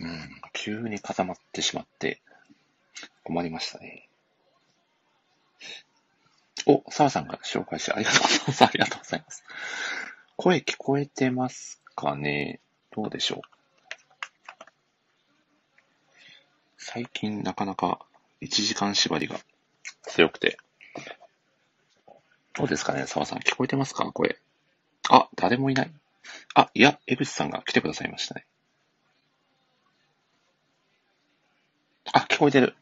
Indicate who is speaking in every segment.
Speaker 1: うん、急に固まってしまって困りましたね。お、澤さんが紹介してありがとうございます 。ありがとうございます。声聞こえてますかねどうでしょう最近なかなか1時間縛りが強くて。どうですかね澤さん、聞こえてますか声。あ、誰もいない。あ、いや、江口さんが来てくださいましたね。あ、聞こえてる。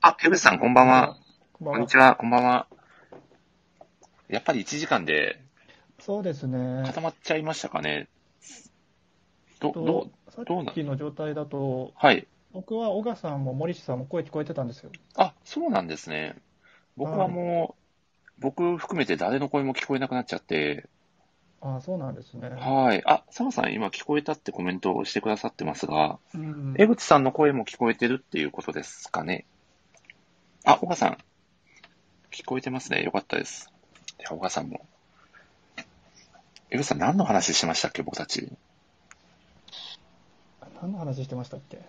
Speaker 1: あ、江口さん、こんばんは。こんにちは、こんばんは。やっぱり1時間で、
Speaker 2: そうですね。
Speaker 1: 固まっちゃいましたかね。ど、ど、どう
Speaker 2: なさっきの状態だと、
Speaker 1: はい。
Speaker 2: 僕は小賀さんも森氏さんも声聞こえてたんですよ。
Speaker 1: あ、そうなんですね。僕はもう、はい、僕含めて誰の声も聞こえなくなっちゃって。
Speaker 2: あそうなんですね。
Speaker 1: はい。あ、澤さん、今聞こえたってコメントをしてくださってますが、うん、江口さんの声も聞こえてるっていうことですかね。あ、小賀さん、聞こえてますね。よかったです。いや、小賀さんも。江口さん、何の話しましたっけ、僕たち。
Speaker 2: 何の話してましたっけ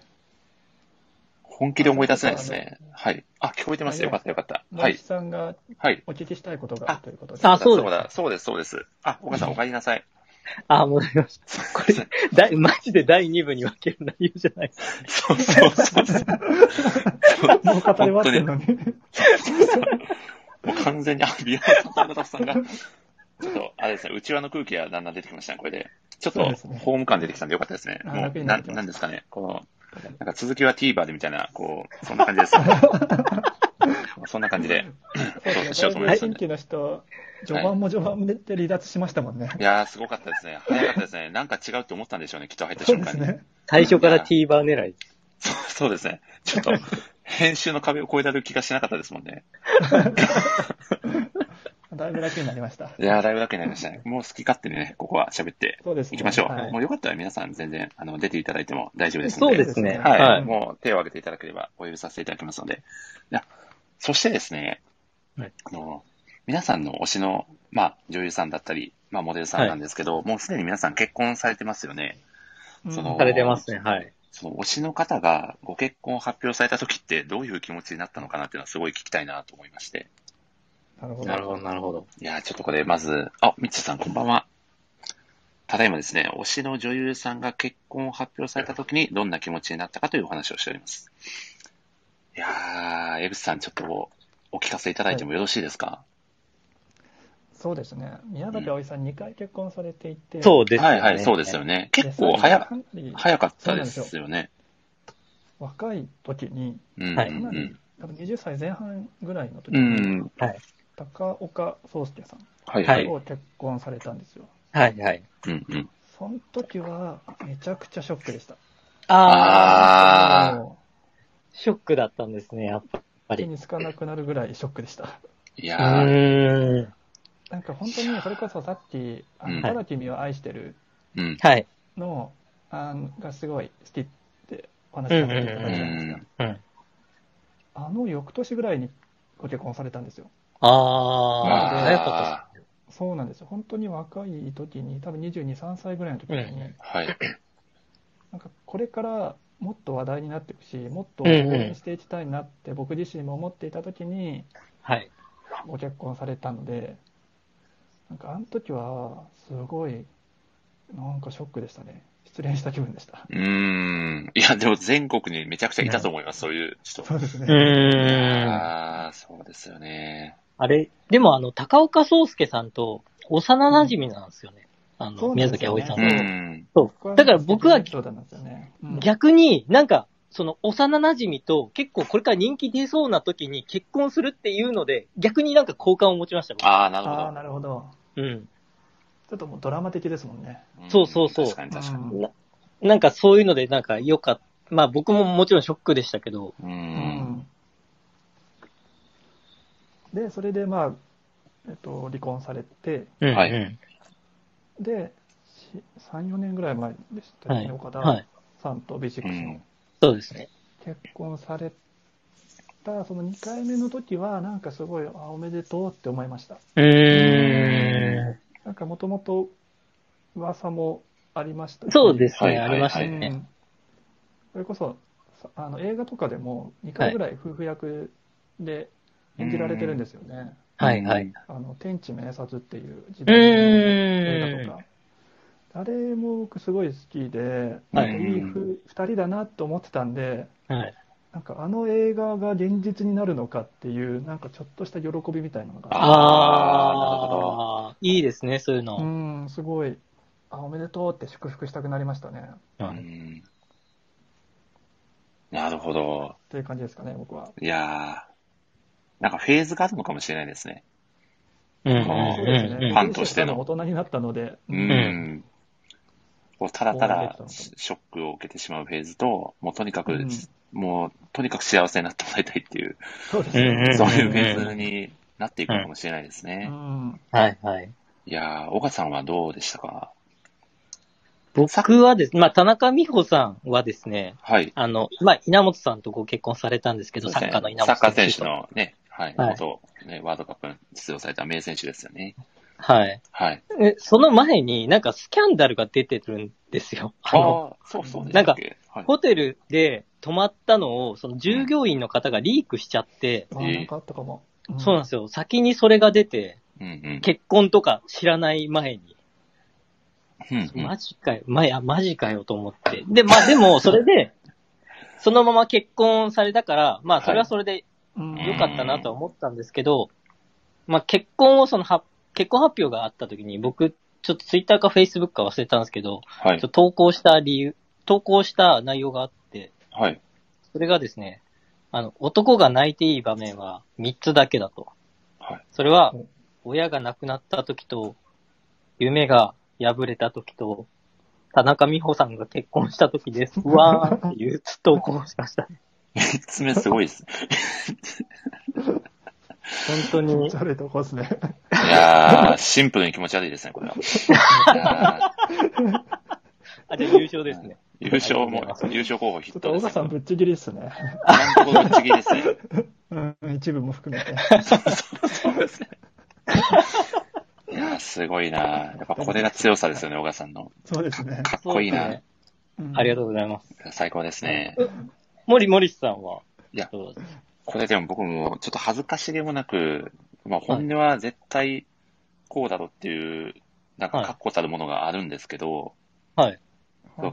Speaker 1: 本気で思い出せないですね。はい。あ、聞こえてます。よかった、よかった。はい。
Speaker 2: さんが、はい。お聞きしたいことがあるということ
Speaker 3: で。あ、そう
Speaker 1: だ、そうです、そうです。あ、岡さん、お帰りなさい。
Speaker 3: あ、戻りました。これ、だマジで第2部に分ける内容じゃない
Speaker 1: そうそうそう。
Speaker 2: もう語れますよね。
Speaker 1: もう完全に、あ、ビアンさんとさんが、ちょっと、あれですね、内輪の空気がだんだん出てきましたね、これで。ちょっと、ホーム感出てきたんでよかったですね。もう、な、なんですかね、この、なんか続きは TVer でみたいな、こう、そんな感じです、ね。そんな感じで、
Speaker 2: そうしようと思います、ね。新規の人、序盤も序盤で離脱しましたもんね。
Speaker 1: い、やー、すごかったですね。早かったですね。なんか違うって思ったんでしょうね、きっと入った瞬間に。ね、
Speaker 3: 最初から TVer 狙い。
Speaker 1: そう そうですね。ちょっ と、編集の壁を越えたる気がしなかったですもんね。
Speaker 2: だいぶ楽になりました。、
Speaker 1: いやだいぶ楽になりましたね。もう好き勝手にね、ここは喋っていきましょう。うねはい、もうよかったら皆さん全然あの出ていただいても大丈夫です
Speaker 3: ので。そうですね。
Speaker 1: はい。はい、もう手を挙げていただければお呼びさせていただきますので。いやそしてですね、はい、あの皆さんの推しの、まあ、女優さんだったり、まあ、モデルさんなんですけど、もうすでに皆さん結婚されてますよね。
Speaker 3: その、うん、されてますね。はい。
Speaker 1: その推しの方がご結婚を発表された時ってどういう気持ちになったのかなっていうのはすごい聞きたいなと思いまして。
Speaker 3: なるほど。なるほど、なるほど。
Speaker 1: いや、ちょっとこれ、まず、あ、ミッチさん、こんばんは。ただいまですね、推しの女優さんが結婚を発表された時に、どんな気持ちになったかというお話をしております。いやー、江口さん、ちょっとお聞かせいただいてもよろしいですか、はい
Speaker 2: そうですね。宮崎葵さん、2回結婚されていて。
Speaker 3: うん、そうです
Speaker 1: ね。はいはい、そうですよね。結構早、早かったですよね。
Speaker 2: よ若い時に、
Speaker 1: はい、かなり、
Speaker 2: 多分20歳前半ぐらいの時
Speaker 1: に、うん、
Speaker 3: はい、
Speaker 2: 高岡壮介さんを結婚されたんですよ。
Speaker 3: はいはい。
Speaker 1: うんうん。
Speaker 2: その時はめちゃくちゃショックでした。
Speaker 3: ああ。ショックだったんですね、やっぱり。
Speaker 2: 手につかなくなるぐらいショックでした。
Speaker 1: いやー。
Speaker 2: なんか本当に、それこそさっき、あの、ただ君を愛してるの、あのがすごい好きってお話しさせていただいたじゃないですか。あの翌年ぐらいにご結婚されたんですよ。
Speaker 3: ああ、早か
Speaker 2: ったそうなんですよ。本当に若い時に、多分22、3歳ぐらいの時に、ね、
Speaker 1: はい。
Speaker 2: なんかこれからもっと話題になっていくし、もっと応援していきたいなって僕自身も思っていた時に、
Speaker 3: はい。
Speaker 2: ご結婚されたので、なんかあの時は、すごい、なんかショックでしたね。失恋した気分でした。
Speaker 1: うん。いや、でも全国にめちゃくちゃいたと思います、そういう人。
Speaker 2: そうですね。
Speaker 1: ああ、そうですよね。
Speaker 3: あれ、でもあの、高岡壮介さんと幼馴染なんですよね。うん、あの、ね、宮崎葵さんと。うん、そう。だから僕は、
Speaker 2: ねうん、
Speaker 3: 逆になんか、その幼馴染と結構これから人気出そうな時に結婚するっていうので、逆になんか好感を持ちました。
Speaker 1: ああ、なるほど。
Speaker 2: ああ、なるほど。
Speaker 3: うん。
Speaker 2: ちょっともうドラマ的ですもんね。
Speaker 3: そうそうそう。
Speaker 1: 確かに確かに。
Speaker 3: ななんかそういうのでなんか良かった。まあ僕ももちろんショックでしたけど。
Speaker 1: うん。
Speaker 2: で、それでまあ、えっと、離婚されて、
Speaker 1: はい、
Speaker 2: で、3、4年ぐらい前でしたよね、はい、岡田さんと B6 の、
Speaker 3: そうですね。
Speaker 2: 結婚された、その2回目の時は、なんかすごい、あ、おめでとうって思いました。
Speaker 3: え
Speaker 2: ー、なんかもともと噂もありました、ね、
Speaker 3: そうですね、ありましたね。
Speaker 2: それこそあの映画とかでも2回ぐらい夫婦役で演じられてるんですよね。
Speaker 3: はいはい。
Speaker 2: あの天地明察っていう時代の映画とか。あれも僕すごい好きで、
Speaker 3: はい
Speaker 2: なんかいいふ2人だなと思ってたんで、
Speaker 3: はい。
Speaker 2: なんかあの映画が現実になるのかっていう、なんかちょっとした喜びみたいなのが、
Speaker 1: あ
Speaker 3: ああ、いいですね、そういうの。
Speaker 2: うん、すごい、あ、おめでとうって祝福したくなりましたね。
Speaker 1: う
Speaker 3: うん
Speaker 1: んなるほど。
Speaker 2: という感じですかね、僕は。
Speaker 1: いやー、なんかフェーズがあるのかもしれないですね。
Speaker 3: うんうん
Speaker 2: そうですね
Speaker 3: うん
Speaker 1: ファンとしての
Speaker 2: 大人になったので、
Speaker 1: う。
Speaker 3: うん
Speaker 1: こうただた
Speaker 2: こうなって
Speaker 1: だ
Speaker 2: きたのか
Speaker 1: ショックを受けてしまうフェーズと、もうとにかく、
Speaker 2: うん
Speaker 1: もうとにかく幸せになってもらいたいっていう、
Speaker 2: そうです
Speaker 3: うんうん
Speaker 2: ね。
Speaker 1: そういうフェーズになっていくのかもしれないです
Speaker 2: う
Speaker 1: ね。
Speaker 2: ん。
Speaker 3: はいはい。
Speaker 1: いやー、岡さんはどうでしたか
Speaker 3: 僕はですね、まあ、田中美穂さんはですね、
Speaker 1: はい。
Speaker 3: あの、まあ、稲本さんとご結婚されたんですけ
Speaker 1: そ
Speaker 3: ど、
Speaker 1: う
Speaker 3: サ
Speaker 1: です
Speaker 3: ッ
Speaker 1: ね
Speaker 3: カーの稲
Speaker 1: サ
Speaker 3: 本
Speaker 1: ッカー
Speaker 3: 選
Speaker 1: 選
Speaker 3: 手
Speaker 1: 手
Speaker 3: と。
Speaker 1: のね、はい、
Speaker 3: はい
Speaker 1: 元、ね、ワールドカップに出場された名選手ですよね。
Speaker 3: はい。
Speaker 1: はい。
Speaker 3: えその前になんかスキャンダルが出てるんですよ。あの、
Speaker 1: ああ、そうそうでしたっけはい
Speaker 3: ホテルで泊まったのを、その従業員の方がリークしちゃって、
Speaker 2: あ、なんかあったかも。ん
Speaker 3: そうなんですよ。先にそれが出て、
Speaker 1: うんうん
Speaker 3: 結婚とか知らない前に。
Speaker 1: うんうん
Speaker 3: マジかよ。まあ、いや、マジかよと思って。で、まあでも、それで、そのまま結婚されたから、まあそれはそれで
Speaker 2: うん
Speaker 3: 良かったなとは思ったんですけど、まあ結婚をそのは、結婚発表があった時に僕、ちょっとツイッターかフェイスブックか忘れたんですけど、
Speaker 1: は
Speaker 3: ちょっ
Speaker 1: い。
Speaker 3: と投稿した理由、投稿した内容があって、
Speaker 1: はい。
Speaker 3: それがですね、あの、男が泣いていい場面は3つだけだと。
Speaker 1: はい
Speaker 3: それは
Speaker 2: うん、
Speaker 3: 親が亡くなった時と、夢が破れた時と、田中美穂さんが結婚した時 です。うわーっていう投稿をしました。
Speaker 1: 三つ目すごいです。
Speaker 3: 本当に
Speaker 2: 気持ち。悪いとこですね。
Speaker 1: いやー、シンプルに気持ち悪いですね、これは。 いや
Speaker 3: あ、じゃあ優勝ですね。
Speaker 1: ー優勝も、優勝候補
Speaker 2: ち
Speaker 1: 筆
Speaker 2: ょっ
Speaker 1: 頭ですね。
Speaker 2: と、小川さんぶっちぎりっすね。
Speaker 1: 今のところぶっちぎりですね。
Speaker 2: うん、一部も含めて。
Speaker 1: いやー、すごいなやっぱこれが強さですよね、小川さんの。
Speaker 2: そうですね。
Speaker 1: かっこいい
Speaker 3: そう
Speaker 1: な
Speaker 3: ですね。ありがと
Speaker 2: う
Speaker 3: うございます。
Speaker 1: 最高ですね。
Speaker 3: 森森さんは、
Speaker 1: いや
Speaker 3: どうですか
Speaker 1: これでも僕もちょっと恥ずかしげもなく、まあ本音は絶対こうだろっていう、なんか確固たるものがあるんですけど、
Speaker 3: はい。
Speaker 2: はい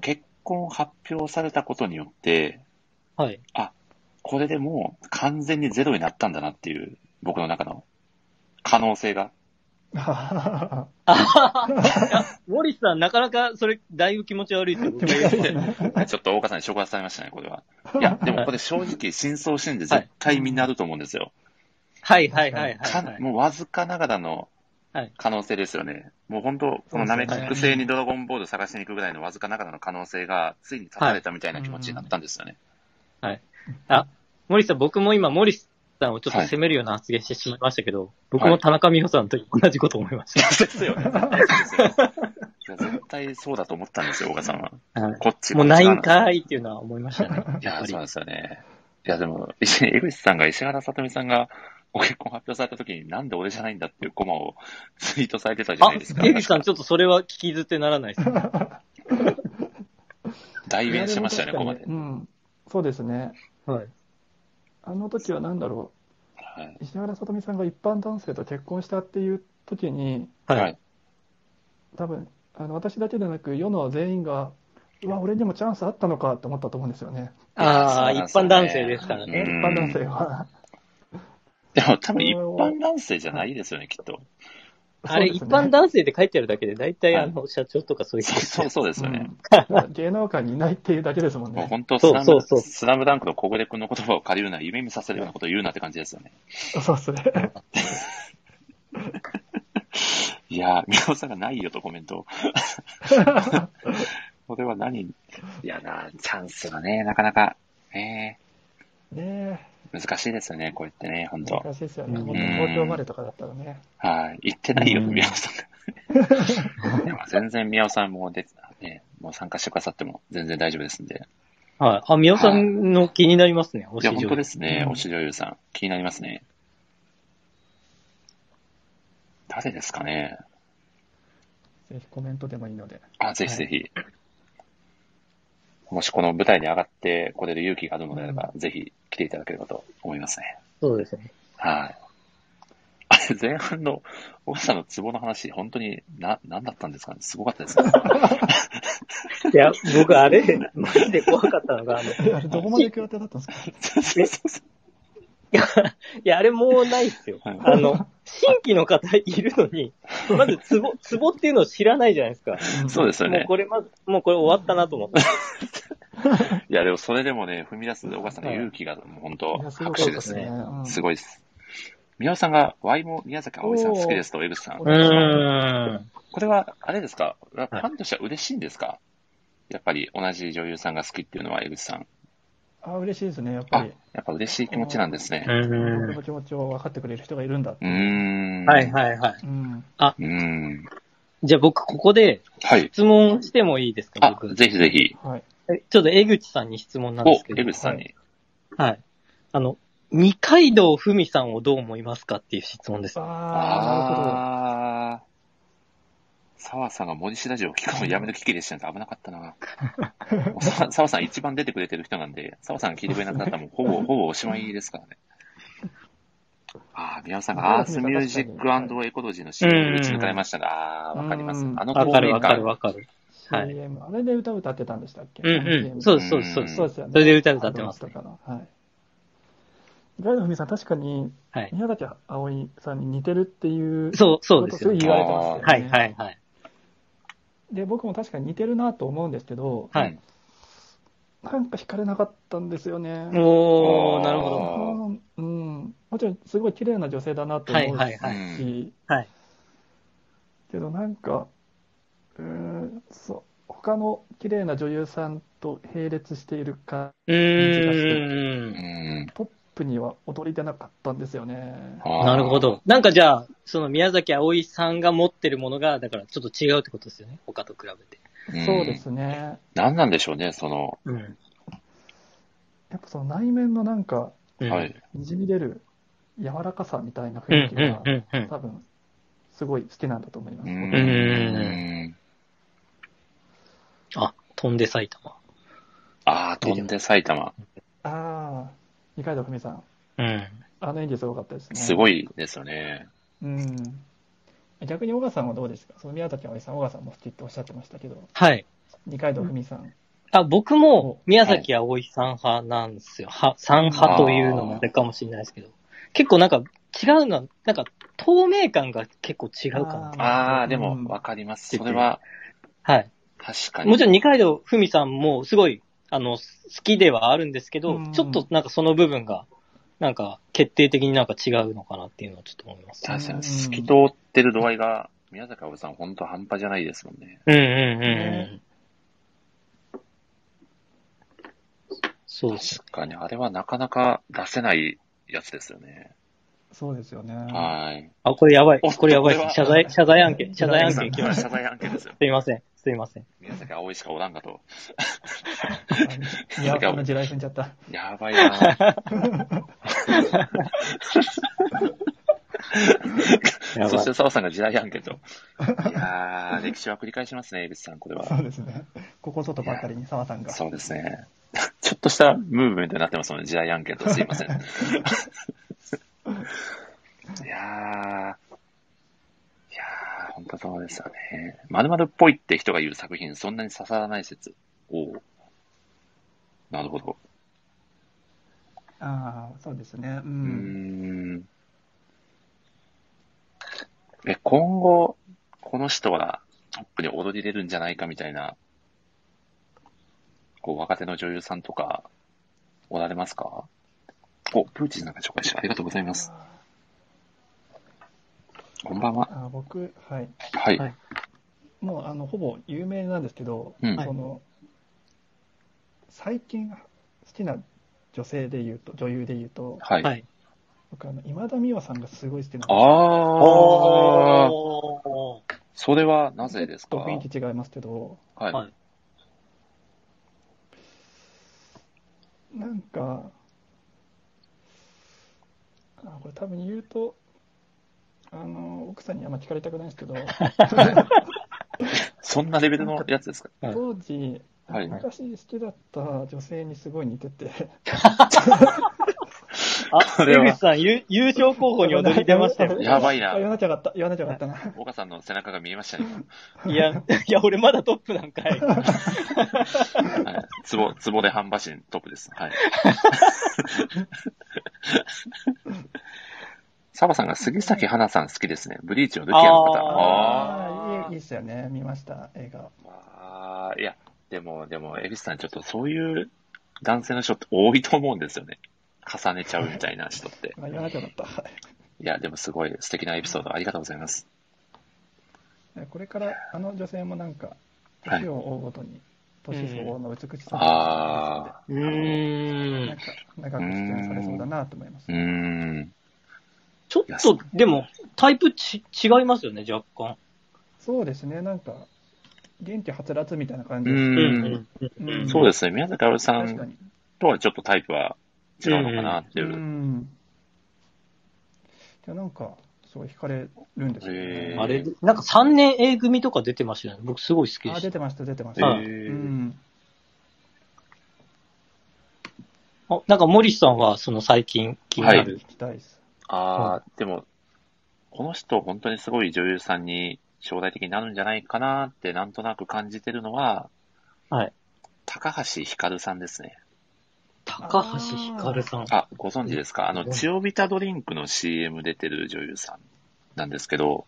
Speaker 1: 結婚発表されたことによって、
Speaker 3: はい。
Speaker 1: これでもう完全にゼロになったんだなっていう、僕の中の可能性が。
Speaker 2: ます。
Speaker 3: あはは。いや森さん、なかなかそれ、だいぶ気持ち悪いですよ。僕が言うのは
Speaker 1: ちょっと大川さんに触発されましたね、これは。 いや、でもこれ正直、真相心で絶対みんなあると思うんですよ。
Speaker 3: はいはいはいは
Speaker 1: か
Speaker 3: いはい。
Speaker 1: もうわずかながらの
Speaker 3: はい
Speaker 1: 可能性ですよね。もう本当、このナメック星にドラゴンボール探しに行くぐらいのわずかながらの可能性が、ついに立たれたみたいな気持ちになったんですよね。
Speaker 3: 森さん、僕も今、森さんをちょっと責めるような発言してしまいましたけど、僕
Speaker 1: は
Speaker 3: も
Speaker 1: い
Speaker 3: 田中美穂さんと同じこと思いまし
Speaker 1: ですよね。絶対そうですよいや絶対そうだと思ったんですよ、大川さんは。
Speaker 3: た。はい
Speaker 1: こっち
Speaker 3: も
Speaker 1: こ
Speaker 3: う
Speaker 1: っ
Speaker 3: な
Speaker 1: ち
Speaker 3: い
Speaker 1: が
Speaker 3: んかいっていうのは思いましたね。
Speaker 1: い
Speaker 3: やっ
Speaker 1: や、
Speaker 3: ぱ
Speaker 1: そう
Speaker 3: り
Speaker 1: なん。ですよね。いや、でも、石江口さんが石原さとみさんがご結婚発表された時に、なんで俺じゃないんだっていうコマをツイートされてたじゃ
Speaker 3: あ
Speaker 1: ないですか、。
Speaker 3: 江口さん、ちょっとそれは聞き捨てならないですね。
Speaker 1: 代弁しましたよね、コマで。
Speaker 2: うん。そうですね。
Speaker 3: はい。
Speaker 2: あの時は何だろ
Speaker 1: はい。
Speaker 2: う。石原さとみさんが一般男性と結婚したっていう時に、
Speaker 1: は
Speaker 3: はいい。
Speaker 2: 多分、あの私だけでなく、世の全員が、うわ、俺にもチャンスあったのかって思ったと思うんですよね。
Speaker 3: ああ、
Speaker 1: いや
Speaker 3: 一
Speaker 1: そう
Speaker 3: 般
Speaker 1: なんで
Speaker 3: 男
Speaker 1: すよね
Speaker 3: 性ですから
Speaker 2: 一
Speaker 3: ね。
Speaker 2: 般男性は。
Speaker 1: でも多分一般男性じゃないですよね、きっと。
Speaker 3: あれ、
Speaker 2: そうで
Speaker 3: 一
Speaker 2: すね
Speaker 3: 般男性って書いてあるだけで、大体、
Speaker 1: はい
Speaker 3: あの、社長とかそういう
Speaker 1: そう
Speaker 3: 人です
Speaker 1: そう
Speaker 3: よ。
Speaker 1: そうですよ ね。
Speaker 2: うん芸能界にいないっていうだけですもん
Speaker 1: もう
Speaker 2: ね。
Speaker 1: 本当スラム
Speaker 3: そうそうそう
Speaker 1: スラムダンクの小暮君の言葉を借りるなら夢見させるようなことを言うなって感じですよね。
Speaker 2: そうですね。
Speaker 1: いや ー、宮尾さんがないよとコメントを。これは何いやな、チャンスがね、なかなか、ね、
Speaker 2: ね
Speaker 1: 難しいですよね、こうやってね、本
Speaker 2: え、
Speaker 1: 当
Speaker 2: 難しいですよ
Speaker 3: う
Speaker 2: ね。
Speaker 3: ん
Speaker 2: もっと東京生まれとかだったらね。
Speaker 1: はい。言ってないよ、
Speaker 3: うん
Speaker 1: 宮尾さんが。 でも全然宮尾さんも出てね、もう参加してくださっても全然大丈夫ですんで。
Speaker 3: はい。あ、宮尾さんの気になりますね、お
Speaker 1: いや、
Speaker 3: 市
Speaker 1: 本
Speaker 3: 場
Speaker 1: 当。ですね、
Speaker 2: うん
Speaker 1: 推し女優さん。気になりますね。誰ですかね。
Speaker 2: ぜひコメントでもいいので。
Speaker 1: あ、ぜひぜひ。もしこの舞台に上がってこれで勇気があるのであれば、ぜひ来ていただければと思いますね。
Speaker 3: そうですね。
Speaker 1: はい。あれ、前半の、奥さんのツボの話、本当に、な、なんだったんですかねすごかったですね。
Speaker 3: いや、僕、あれ、 マジで怖かったのが、あ
Speaker 2: の、あれ、どこまで行く予定だったんですか
Speaker 3: いや、いや、あれもうないっすよ。はい、 あの、新規の方いるのに、まずツボ、 ツボっていうのを知らないじゃないですか。
Speaker 1: そうですよね。
Speaker 3: もうこれ、まず、もうこれ終わったなと思って。
Speaker 1: いや、でもそれでもね、踏み出す岡さんの勇気が、もう本当、拍手ですね。すごいです。宮尾さんが、ワイも宮崎葵さん好きですと、江口さん。これは、あれですかファンとしては嬉しいんですかやっぱり同じ女優さんが好きっていうのは江口さん。
Speaker 2: あ、嬉しいですね、やっぱり。
Speaker 1: やっぱ嬉しい気持ちなんですね。
Speaker 2: 僕の気持ちを分かってくれる人がいるんだ
Speaker 1: うん。
Speaker 3: はいはいはい。うん、あ、うん。じゃあ僕、ここで、質問してもいいですか、僕。
Speaker 1: ぜひぜひ。
Speaker 3: はい。ちょっと江口さんに質問なんですけど。
Speaker 1: 江口さんに。
Speaker 3: はい。あの、二階堂ふみさんをどう思いますかっていう質問です。
Speaker 1: ああ、澤さんが森氏ラジオを聞くのやめる危機でしたね。危なかった な。澤さん一番出てくれてる人なんで、澤さん聞いてくれなくなったら もうほぼ、ほぼおしまいですからね。ああ、宮尾さんがアースミュージックエコロジーの CM で打ち抜かれましたが、ああ、わかります。あの
Speaker 3: 透明感。わかるわかる。
Speaker 2: はい、あれで歌歌ってたんでしたっけ
Speaker 3: うんうん。そうです、そうです、そうです。それで歌歌ってましたから。はい。
Speaker 2: ガイドフミさん、確かに、宮崎葵さんに似てるっていう、
Speaker 3: そう、そうです、
Speaker 2: よ、ね。言われてますよね。はい
Speaker 3: はい、はい。
Speaker 2: で、僕も確かに似てるなと思うんですけど、
Speaker 3: はい。
Speaker 2: なんか惹かれなかったんですよね。
Speaker 3: おおなるほど。
Speaker 2: うん。もちろん、すごい綺麗な女性だなと思うし、はい、はい。
Speaker 3: はい。
Speaker 2: けど、なんか、うん、そう、他の綺麗な女優さんと並列している感じがして、ポップには踊り出なかったんですよね。
Speaker 3: なるほど。なんかじゃあ、その宮崎あおいさんが持ってるものが、だからちょっと違うってことですよね、他と比べ。
Speaker 2: て。そうですね。
Speaker 1: 何なんでしょうね、その。うん、
Speaker 2: やっぱその内面のなんか、うん、にじみ出る柔らかさみたいな雰囲気が、多分すごい好きなんだと思います。うん
Speaker 3: あ、飛んで埼玉。
Speaker 1: ああ、飛んで埼玉。
Speaker 2: ああ、二階堂ふみさん。
Speaker 3: うん。
Speaker 2: あの演技すごかったですね。
Speaker 1: すごいですよね。
Speaker 2: うん。逆に小川さんはどうですかその宮崎葵さん、小川さんも好きっておっしゃってましたけど。
Speaker 3: はい。
Speaker 2: 二階堂ふみさん。
Speaker 3: あ、僕も宮崎葵さん派なんですよ。は、さん派というのもあれかもしれないですけど。結構なんか違うのは、なんか透明感が結構違うか
Speaker 1: な。ああ、でもわかります。それは。
Speaker 3: はい。
Speaker 1: 確かに。
Speaker 3: もちろん二階堂ふみさんもすごい、あの、好きではあるんですけど、ちょっとなんかその部分が、なんか決定的になんか違うのかなっていうのはちょっと思います。
Speaker 1: 確かに、透き通ってる度合いが、宮坂葵さん本当半端じゃないですもんね。、
Speaker 3: うんうんうん。そうです
Speaker 1: ね。確かに、あれはなかなか出せないやつですよね。
Speaker 2: そうですよね。
Speaker 1: はい。
Speaker 3: あ、これやばい。これやばい。謝罪、謝罪案件。謝罪案件
Speaker 1: 来ました。謝罪案件ですよ。
Speaker 3: すいません。すいません。
Speaker 1: 宮崎葵しかおらんかと。
Speaker 2: 宮崎の地雷踏んじゃった。
Speaker 1: や ばいなそして澤さんが地雷案件と。いやー、歴史は繰り返しますね、江口さん、これは。
Speaker 2: そうですね。ここ外ばかりに澤さんが。
Speaker 1: そうですね。 ちょっとしたムーブメントになってますもんね、地雷案件と。すい ません。いやー、いやー、本当そうですよね。まるまるっぽいって人が言う作品、そんなに刺さらない説。おお。なるほど。。
Speaker 2: ああ、そうですね。うん
Speaker 1: うんえ、今後、この人がトップに踊り出るんじゃないかみたいな、こう、若手の女優さんとか、おられますかお、プーチンさんが紹介してありがとうございます。こんばんは。
Speaker 2: あ僕、はい。
Speaker 1: はい。はい、
Speaker 2: もう、あの、ほぼ有名なんですけど、うん、その、最近好きな女性で言うと、女優で言うと、
Speaker 1: はい。
Speaker 2: 僕、あの、今田美桜さんがすごい好きなんです
Speaker 1: ああ。それはなぜですか
Speaker 2: 雰囲気違いますけど、、
Speaker 1: はい。はい
Speaker 2: なんか、あこれ多分言うと、あの、奥さんにあんま聞かれたくないんですけど。
Speaker 1: そんなレベルのやつですか
Speaker 2: 当時、
Speaker 1: はい。
Speaker 2: 昔好きだった女性にすごい似てて。
Speaker 3: あ、江口さん、優勝候補に踊り出ましたよ。
Speaker 1: やばいな。
Speaker 2: 言わなきゃよかった。言わなきゃよかったな。
Speaker 1: 岡さんの背中が見えましたね。
Speaker 3: いや、いや、俺まだトップなんかい。
Speaker 1: ツボ、ツボで半馬身トップです。 はい。サバさんが杉咲花さん好きですね。ブリーチのルキアの方。
Speaker 2: ああ、いいですよね。見ました、映画。
Speaker 1: ああ、いや、でも、でも、エビスさん、ちょっとそういう男性の人って多いと思うんですよね。重ねちゃうみたいな人って。
Speaker 2: 言わなきゃだった。
Speaker 1: いや、でもすごい素敵なエピソードありがとうございます。
Speaker 2: これから、あの女性もなんか、年を追うごとに、年相応の美しさ
Speaker 1: が
Speaker 2: 出てきて、なんか、長く出演されそうだなと思います。
Speaker 1: うん。
Speaker 3: ちょっと、でも、タイプち違いますよね、若干。
Speaker 2: そうですね、なんか、元気はつらつみたいな感じ。
Speaker 1: そうですね、宮崎あさんとはちょっとタイプは違うのかなっていう。うん
Speaker 2: じゃなんか、すごい惹かれるんですよね。
Speaker 3: あれ、なんか3年 A 組とか出てましたよね。僕すごい好きでした。あ、
Speaker 2: 出てました、出てました。うん。
Speaker 3: あ、なんか森さんは、その最近気になる。
Speaker 2: はい、
Speaker 1: ああ、でも、この人、本当にすごい女優さんに将来的になるんじゃないかなって、なんとなく感じてるのは、
Speaker 3: はい。
Speaker 1: 高橋ひかるさんですね。
Speaker 3: 高橋ひかるさん。
Speaker 1: あ、ご存知ですかあの、千代ビタドリンクの CM 出てる女優さんなんですけど。。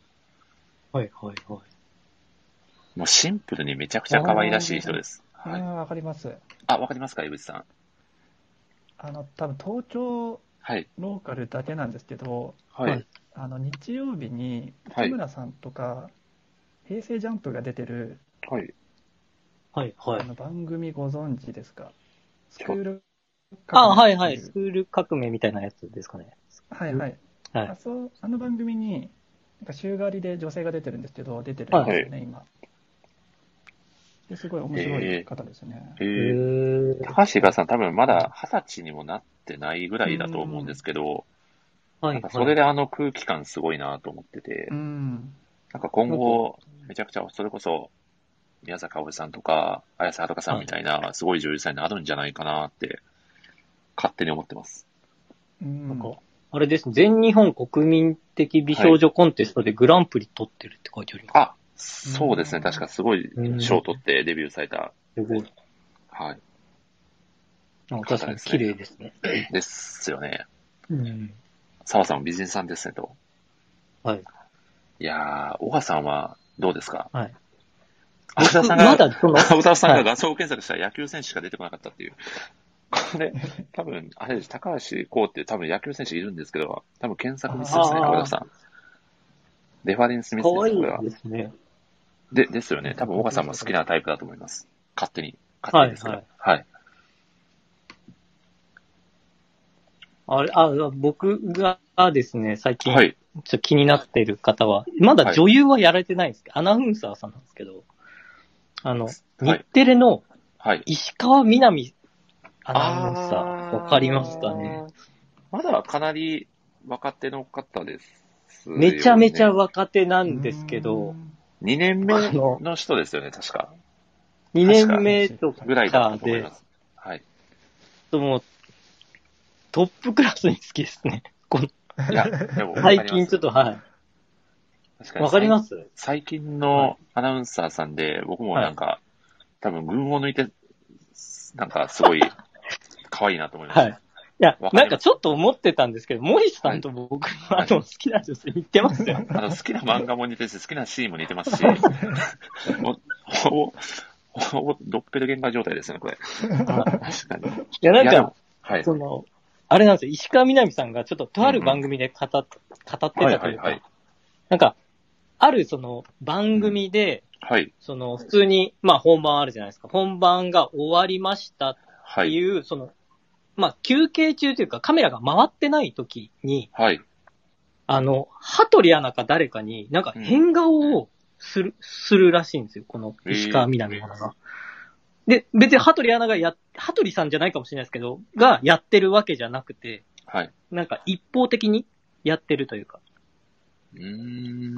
Speaker 3: はいはいはい
Speaker 1: もうシンプルにめちゃくちゃ可愛らしい人です。
Speaker 2: あ、はい、わかります。
Speaker 1: あ、わかりますか江口さん。
Speaker 2: あの、多分東京ローカルだけなんですけど、
Speaker 1: はい。
Speaker 2: あの、日曜日に、田村さんとか、はい、平成ジャンプが出てる、
Speaker 1: はい。
Speaker 3: はいはい。
Speaker 2: あの、番組ご存知ですかスクール
Speaker 3: あ、はいはい。スクール革命みたいなやつですかね。
Speaker 2: はいはい。
Speaker 3: はい、あ
Speaker 2: そうあの番組に、なんか週替わりで女性が出てるんですけど、出てるんですよね、はい、今。ですごい面白い方ですね。
Speaker 1: えー、えー、高橋がさん、多分まだ二十歳にもなってないぐらいだと思うんですけど、
Speaker 3: はい、
Speaker 1: なんかそれであの空気感すごいなと思ってて、
Speaker 2: うん、
Speaker 1: なんか今後、めちゃくちゃ、それこそ、宮坂葵さんとか、綾瀬はるかさんみたいな、すごい女優さんになるんじゃないかなって。勝手に思ってます。
Speaker 3: なんか、あれですね、全日本国民的美少女コンテストでグランプリ取ってるって書いてあります。
Speaker 1: はい、あ、そうですね、確かすごい賞を取ってデビューされた。
Speaker 3: すごい。
Speaker 1: はい。
Speaker 3: なんか確かに綺麗ですね。
Speaker 1: ですよね。
Speaker 3: うん。
Speaker 1: 澤さんは美人さんですねと。
Speaker 3: はい。
Speaker 1: いやー、小川さんはどうですか
Speaker 3: はい。
Speaker 1: 青田さんが、 まだ その青田さんが画像検索したら野球選手しか出てこなかったっていう。これ、多分、あれです、高橋光って多分野球選手いるんですけど、多分検索ミスですね、岡田さん。レファレンスミスです、こ
Speaker 3: れは。ですね。
Speaker 1: で、ですよね。多分、岡さんも好きなタイプだと思います。勝手に。勝手にですから。はい、
Speaker 3: はい、あれ、あ、僕がですね、最近、はい、ちょっと気になっている方は、まだ女優はやられてないんですけど、はい、アナウンサーさんなんですけど、あの、日テレの、石川みなみアナウンサー。わかりますかね。
Speaker 1: まだかなり若手の方です、
Speaker 3: ね、めちゃめちゃ若手なんですけど。
Speaker 1: 2年目の人ですよね、確か。
Speaker 3: 2年目と
Speaker 1: かで。ぐらいだと思います。はい。
Speaker 3: もう、トップクラスに好きですね。こ
Speaker 1: のいや、でも
Speaker 3: 最近ちょっと、はい。
Speaker 1: 確かに。
Speaker 3: わかります
Speaker 1: 最近のアナウンサーさんで、僕もなんか、はい、多分群を抜いて、なんかすごい、可愛いなと思いました。はい。い
Speaker 3: や、なんかちょっと思ってたんですけど、森さんと僕の、あの、好きな女性似てますよ、ね。
Speaker 1: あの、好きな漫画も似てるし、好きなシーンも似て ますし、ほぼ、ほぼ、ドッペルゲンガー状態ですね、これ。確かに。い
Speaker 3: や、なんか、はい、その、あれなんですよ、石川みなみさんがちょっととある番組で語,、語ってたというか、なんか、あるその番組で、
Speaker 1: うん、はい。
Speaker 3: その普通に、まあ本番あるじゃないですか。本番が終わりましたっていう、はい、その、まあ、休憩中というかカメラが回ってない時に、
Speaker 1: はい。
Speaker 3: あの、羽鳥アナか誰かに、なんか変顔をする、うん、するらしいんですよ。この石川みなみアナが。えー、で、別に羽鳥アナがや、羽鳥さんじゃないかもしれないですけど、がやってるわけじゃなくて、
Speaker 1: はい。
Speaker 3: なんか一方的にやってるというか。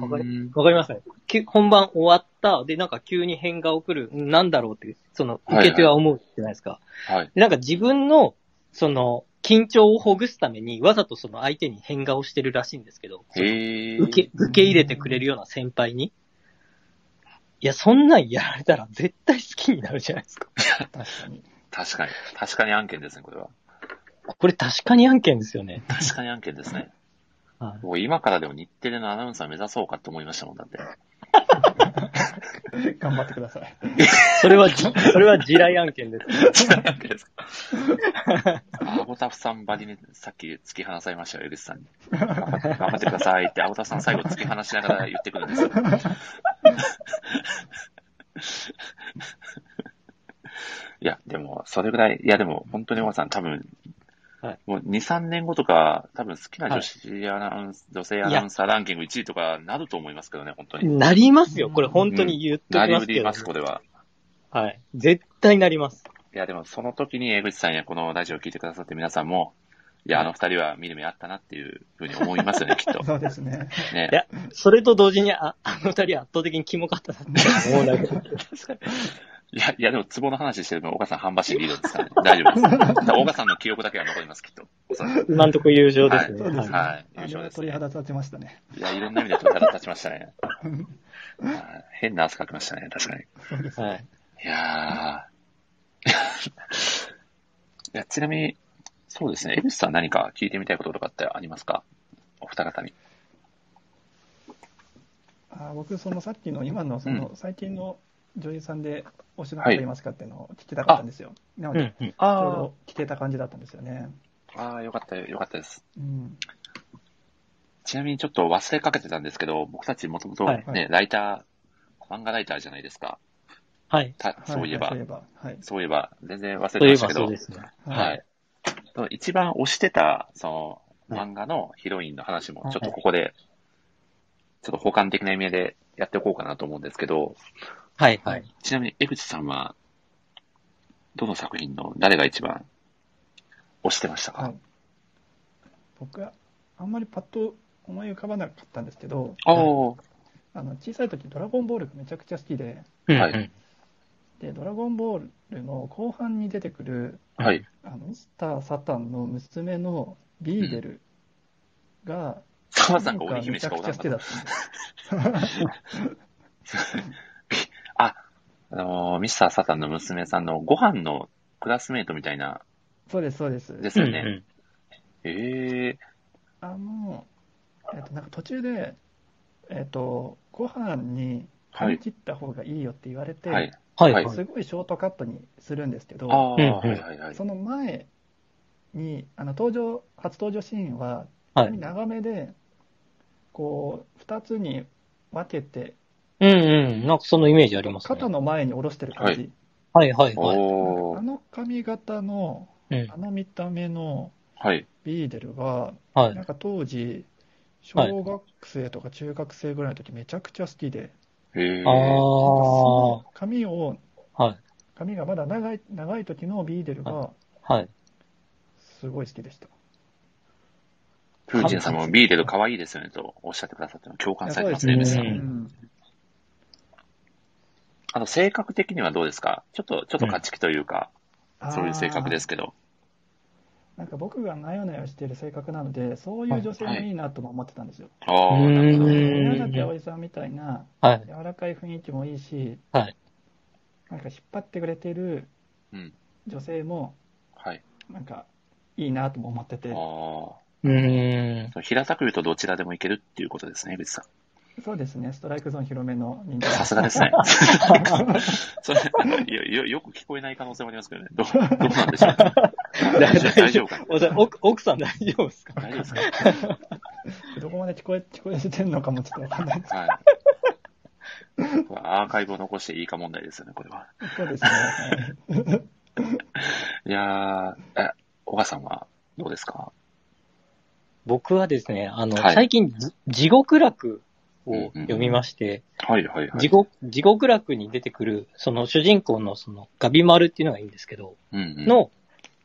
Speaker 3: わかりわかりますね。本番終わった、で、なんか急に変が送る、なんだろうって、その、受け手は思うじゃないですか。
Speaker 1: はい、はい、
Speaker 3: なんか自分の、その、緊張をほぐすために、わざとその相手に変顔してるらしいんですけど、
Speaker 1: へ
Speaker 3: 受け、受け入れてくれるような先輩に、いや、そんなんやられたら絶対好きになるじゃないですか。
Speaker 2: 確かに。
Speaker 1: 確かに。確かに案件ですね、これは。
Speaker 3: これ確かに案件ですよね。
Speaker 1: 確かに案件ですね。はい、もう今からでも日テレのアナウンサー目指そうかって思いましたもん、だって。
Speaker 2: 頑張ってください。
Speaker 3: そ れは、それは地雷案件です。
Speaker 1: 地雷案件ですか。アゴタフさんばりに、さっき突き放されましたよ、江口さんに。頑張ってくださいって、アゴタフさん最後突き放しながら言ってくるん ですよ。いや、でも、それぐらい、いや、でも、本当におばさん、多分、はい、もう2、3年後とか、多分好きな女子アナウン、はい、女性アナウンサーランキング1位とかなると思いますけどね、本当に。
Speaker 3: なりますよ、これ本当に言ってますけど、ね、
Speaker 1: なります、これは。
Speaker 3: はい。絶対なります。
Speaker 1: いや、でもその時に江口さんやこのラジオを聞いてくださって皆さんも、いや、あの二人は見る目あったなっていうふうに思います よね、きっと。
Speaker 2: そうですね。
Speaker 1: ね
Speaker 3: いや、それと同時に、ああの二人は圧倒的にキモかった なって思うだけ。確かに。
Speaker 1: いや、いや、でも、ツボの話してるの、岡さん、半橋リードですからね。大丈夫 です。岡さんの記憶だけは残ります、きっと。
Speaker 3: 今んとこ友情ですね。はい、
Speaker 1: ねはい、
Speaker 2: 優勝です、ね、鳥肌立ちましたね。
Speaker 1: いや、いろんな意味で鳥肌立ちました ね。変な汗かきましたね、確かに。
Speaker 2: そうです、ね、はい。
Speaker 1: いや ー。いや、ちなみに、そうですね、江口さん何か聞いてみたいこととかってありますかお二方に。
Speaker 2: あ僕、そのさっきの今の、その、最近の、うん女優さんで推しの方いますかっていうのを聞きたかったんですよ。なので、ちょうど聞けた感じだったんですよね。
Speaker 1: ああ、よかったよ、よかったです。
Speaker 2: うん、
Speaker 1: ちなみにちょっと忘れかけてたんですけど、僕たちもともとね、ライター、漫画ライターじゃないですか。
Speaker 3: はい。
Speaker 1: そういえば、そういえば、全然忘れ
Speaker 3: て
Speaker 1: ましたけど、
Speaker 3: はい。
Speaker 1: 一番推してた、その、漫画のヒロインの話も、ちょっとここで、ちょっと補完的な意味でやっておこうかなと思うんですけど、
Speaker 3: はいはい。
Speaker 1: ちなみに江口さんは、どの作品の誰が一番推してましたか、はい、
Speaker 2: 僕は、あんまりパッと思い浮かばなかったんですけど、
Speaker 1: あの
Speaker 2: 小さい時ドラゴンボールがめちゃくちゃ好きで、
Speaker 1: はい、
Speaker 2: でドラゴンボールの後半に出てくる、
Speaker 1: はい、
Speaker 2: あのミスター・サタンの娘のビーデルが、
Speaker 1: サタンが鬼姫しか
Speaker 2: おらなかった。
Speaker 1: あ、あのー、ミスター・サタンの娘さんのご飯のクラスメイトみたいな。
Speaker 2: そうです、そうです。
Speaker 1: ですよね。うんうん、ええー、
Speaker 2: あの、えっ、ー、と、なんか途中で、えっ、ー、と、ご飯に張り切った方がいいよって言われて、
Speaker 1: はい。
Speaker 3: はいはい、
Speaker 2: すごいショートカットにするんですけど、
Speaker 1: はいはい、
Speaker 2: その前に、あの、登場、初登場シーンは、はい、長めで、こう、二つに分けて
Speaker 3: うんうん、なんかそのイメージあります、ね、
Speaker 2: 肩の前に下ろしてる感じ。
Speaker 3: はい、はい、は
Speaker 1: はい
Speaker 3: い
Speaker 2: あの髪型の、うん、あの見た目のビーデルは、
Speaker 3: はい、
Speaker 2: なんか当時、小学生とか中学生ぐらいの時めちゃくちゃ好きで、
Speaker 1: はい、
Speaker 3: ああ。
Speaker 2: 髪を、
Speaker 3: はい、
Speaker 2: 髪がまだ長い長い時のビーデルが、
Speaker 3: はい、
Speaker 2: すごい好きでした。
Speaker 1: プーチンさんもビーデル可愛いですよねとおっしゃってくださって共感されてますね、皆さん。うんあの、性格的にはどうですかちょっと、ちょっと勝ち気というか、うん、そういう性格ですけど。
Speaker 2: なんか僕がなよなよしてる性格なので、そういう女性がいいなとも思ってたんですよ。
Speaker 1: ああ、なるほど。
Speaker 2: 宮崎葵さんみたいな、
Speaker 3: はい、
Speaker 2: 柔らかい雰囲気もいいし、
Speaker 3: はい、
Speaker 2: なんか引っ張ってくれてる女性も、
Speaker 1: はい、
Speaker 2: なんかいいなとも思ってて。あ
Speaker 3: うん
Speaker 1: 平たく言うとどちらでもいけるっていうことですね、別さん。
Speaker 2: そうですね、ストライクゾーン広めの人
Speaker 1: 間さすがです ね。それよよく聞こえない可能性もありますけどね、 どどうなんでしょうか。大丈夫か
Speaker 3: 奥奥さん大丈夫ですか
Speaker 1: 大丈夫です
Speaker 2: か どこまで聞こえ聞こえてるのかもちょっとわかんないです。はい
Speaker 1: アーカイブを残していいか問題ですよね、これは。、
Speaker 2: そうですね。はい
Speaker 1: いやえ、小川さんはどうですか
Speaker 3: 僕はですね、あの、はい、最近、地獄楽を読みまして、
Speaker 1: はいはいはい。
Speaker 3: 地獄、地獄楽に出てくる、その主人公のそのガビマルっていうのがいいんですけど、
Speaker 1: うんうん、
Speaker 3: の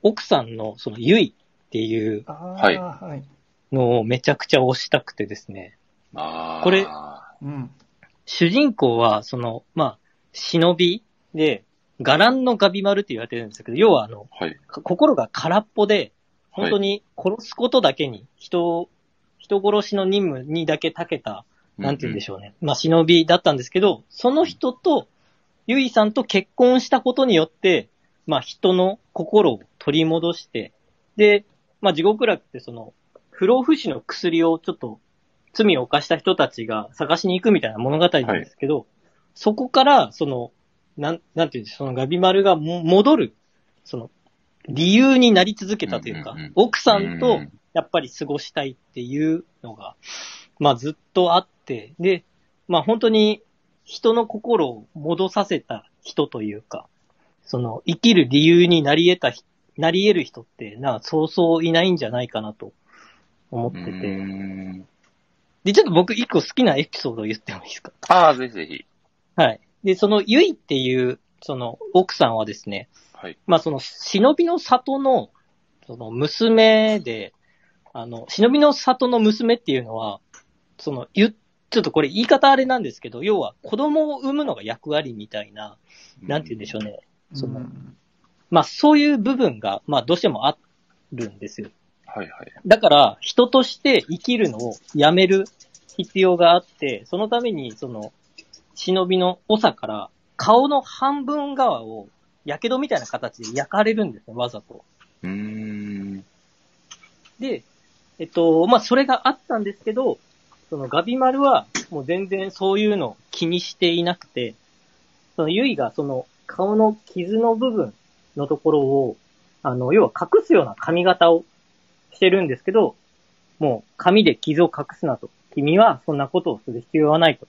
Speaker 3: 奥さんのそのユイっていう
Speaker 2: はい。
Speaker 3: のをめちゃくちゃ推したくてですね、
Speaker 1: あ
Speaker 3: これ、
Speaker 2: うん。
Speaker 3: 主人公は、その、まあ、忍びで、伽藍のガビマルって言われてるんですけど、要はあの、
Speaker 1: はい。
Speaker 3: か心が空っぽで、本当に殺すことだけに、人を、人殺しの任務にだけ長けた、なんて言うんでしょうね。まあ、忍びだったんですけど、その人と、ゆいさんと結婚したことによって、まあ、人の心を取り戻して、で、まあ、地獄楽ってその、不老不死の薬をちょっと、罪を犯した人たちが探しに行くみたいな物語なんですけど、そこから、その、なん、なんていうんでしょう、そのガビマルがも戻る、その、理由になり続けたというか、
Speaker 1: うんうんうん
Speaker 3: 奥さん
Speaker 1: うんう
Speaker 3: と
Speaker 1: ん、
Speaker 3: やっぱり過ごしたいっていうのが、まあずっとあって、で、まあ本当に人の心を戻させた人というか、その生きる理由になり得たひ、なり得る人って、な、そうそういないんじゃないかなと思って
Speaker 1: う
Speaker 3: て。
Speaker 1: ーん
Speaker 3: で、ちょっと僕一個好きなエピソードを言ってもいいですか
Speaker 1: ああ、ぜひぜひ。
Speaker 3: はい。で、そのゆいっていう、その奥さんはですね、
Speaker 1: はい。
Speaker 3: まあその、忍びの里の、その娘で、あの、忍びの里の娘っていうのは、その、ゆ、ちょっとこれ言い方あれなんですけど、要は子供を産むのが役割みたいな、なんて言うんでしょうね。その
Speaker 2: うん
Speaker 3: まあそういう部分が、まあどうしてもあるんですよ。
Speaker 1: はいはい。
Speaker 3: だから、人として生きるのをやめる必要があって、そのために、その、忍びの長から、顔の半分側を、火傷みたいな形で焼かれるんですね、わざと。
Speaker 1: うーん。
Speaker 3: で、えっと、まあ、それがあったんですけど、そのガビマルは、もう全然そういうの気にしていなくて、そのユイがその顔の傷の部分のところを、あの、要は隠すような髪型をしてるんですけど、もう髪で傷を隠すなと。君はそんなことをする必要はないと。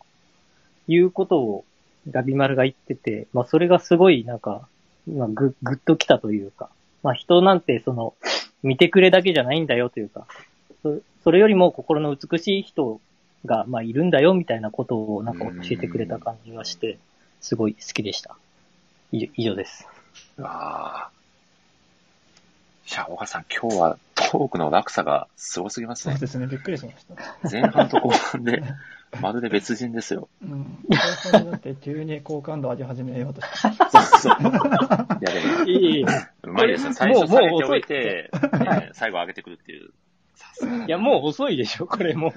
Speaker 3: いうことをガビマルが言ってて、まあ、それがすごいなんか、今ぐ、ぐっときたというか、まあ、人なんてその、見てくれだけじゃないんだよというか、そそれよりも心の美しい人が、まあ、いるんだよみたいなことをなんか教えてくれた感じがして、すごい好きでした。以上以上です。
Speaker 1: ああ。いや、岡さん、今日はトークの落差がすごすぎます
Speaker 2: そう
Speaker 1: ね。
Speaker 2: ですね、びっくりしました。
Speaker 1: 前半と後半 で、まるで別人ですよ。
Speaker 2: うん。後半になって急に好感度上げ始めようとして。
Speaker 1: そう そう。いや、でも、
Speaker 3: いい、いう
Speaker 1: まいですね。最初下げておいて、ね最後上げてくるっていう。さすが。
Speaker 3: や、もう遅いでしょ、これも。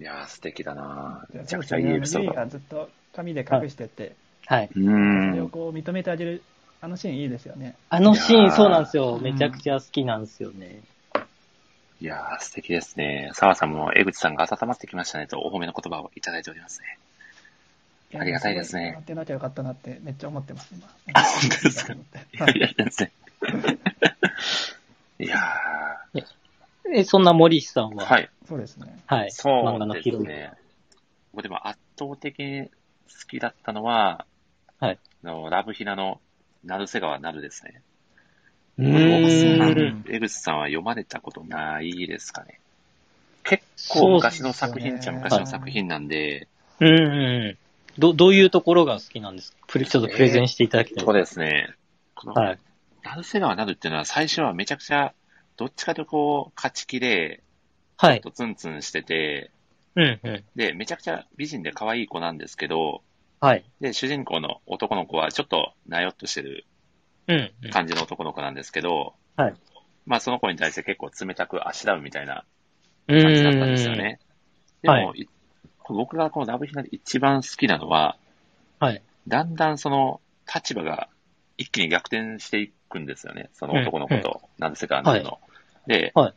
Speaker 1: いや、素敵だなめち
Speaker 2: そ
Speaker 1: ゃ
Speaker 2: う
Speaker 1: く
Speaker 2: で
Speaker 1: ち
Speaker 2: す
Speaker 1: ゃいい
Speaker 2: ね
Speaker 1: エピソー
Speaker 2: ゆい
Speaker 1: ド。
Speaker 2: がずっと紙で隠してて、
Speaker 3: はい。
Speaker 1: う
Speaker 2: それを
Speaker 1: ん。
Speaker 2: こう認めてあげる、あのシーンいいですよね。
Speaker 3: あのシ
Speaker 1: い
Speaker 3: ー
Speaker 1: や
Speaker 3: ン、
Speaker 1: ー
Speaker 3: そうなんですよ。めちゃくちゃ好きなんですよね。
Speaker 1: いやー、素敵ですね。澤さんも江口さんが温まってきましたねとお褒めの言葉をいただいておりますね。ありがたいですね
Speaker 2: やってなきゃよかったなってめっちゃ思ってます、今。
Speaker 1: あ本当ですかい
Speaker 2: はい
Speaker 1: やいやですね。 いや
Speaker 3: え、そんな森氏さん
Speaker 1: ー、
Speaker 3: は、。
Speaker 1: はいい。
Speaker 2: そうですね。
Speaker 3: はい。漫画
Speaker 1: そ
Speaker 3: の
Speaker 1: う
Speaker 3: ヒ
Speaker 1: です
Speaker 3: ロイン。
Speaker 1: ね。僕でも圧倒的に好きだったのは、
Speaker 3: はい
Speaker 1: あのラブヒナの成瀬川なるですね。
Speaker 3: う
Speaker 2: ー
Speaker 3: ーん。
Speaker 2: ん
Speaker 1: 江口さんは読まれたことないですかね。結
Speaker 3: そう
Speaker 1: 構
Speaker 3: っ
Speaker 1: 昔
Speaker 3: す
Speaker 2: よね
Speaker 1: の作品っちゃ昔の作品なんで、
Speaker 3: うんうん。ど、どういうところが好きなんですかプレちょっとプレゼンしていただきたい。
Speaker 1: そうですね。この
Speaker 3: はい。
Speaker 1: 成瀬川なるっていうのは最初はめちゃくちゃ、どっちかというとこう、勝ち気で、
Speaker 3: は
Speaker 1: ち
Speaker 3: い
Speaker 1: ょっ。とツンツンしてて、
Speaker 3: うんうん。
Speaker 1: で、めちゃくちゃ美人で可愛い子なんですけど、
Speaker 3: はい。
Speaker 1: で、主人公の男の子はちょっとなよっとしてる
Speaker 3: うんうん。
Speaker 1: 感じの男の子なんですけど、
Speaker 3: はい。
Speaker 1: まあその子に対して結構冷たくあしらうみたいな
Speaker 3: うん
Speaker 1: 感じだったんですよ。ね。で
Speaker 3: うん
Speaker 1: も、
Speaker 3: はい
Speaker 1: 僕がこのラブヒナで一番好きなのは、
Speaker 3: はい。
Speaker 1: だんだんその立場が一気に逆転していくんですよね。その男の子と、なんですか、あの、
Speaker 3: は
Speaker 1: で、
Speaker 3: はい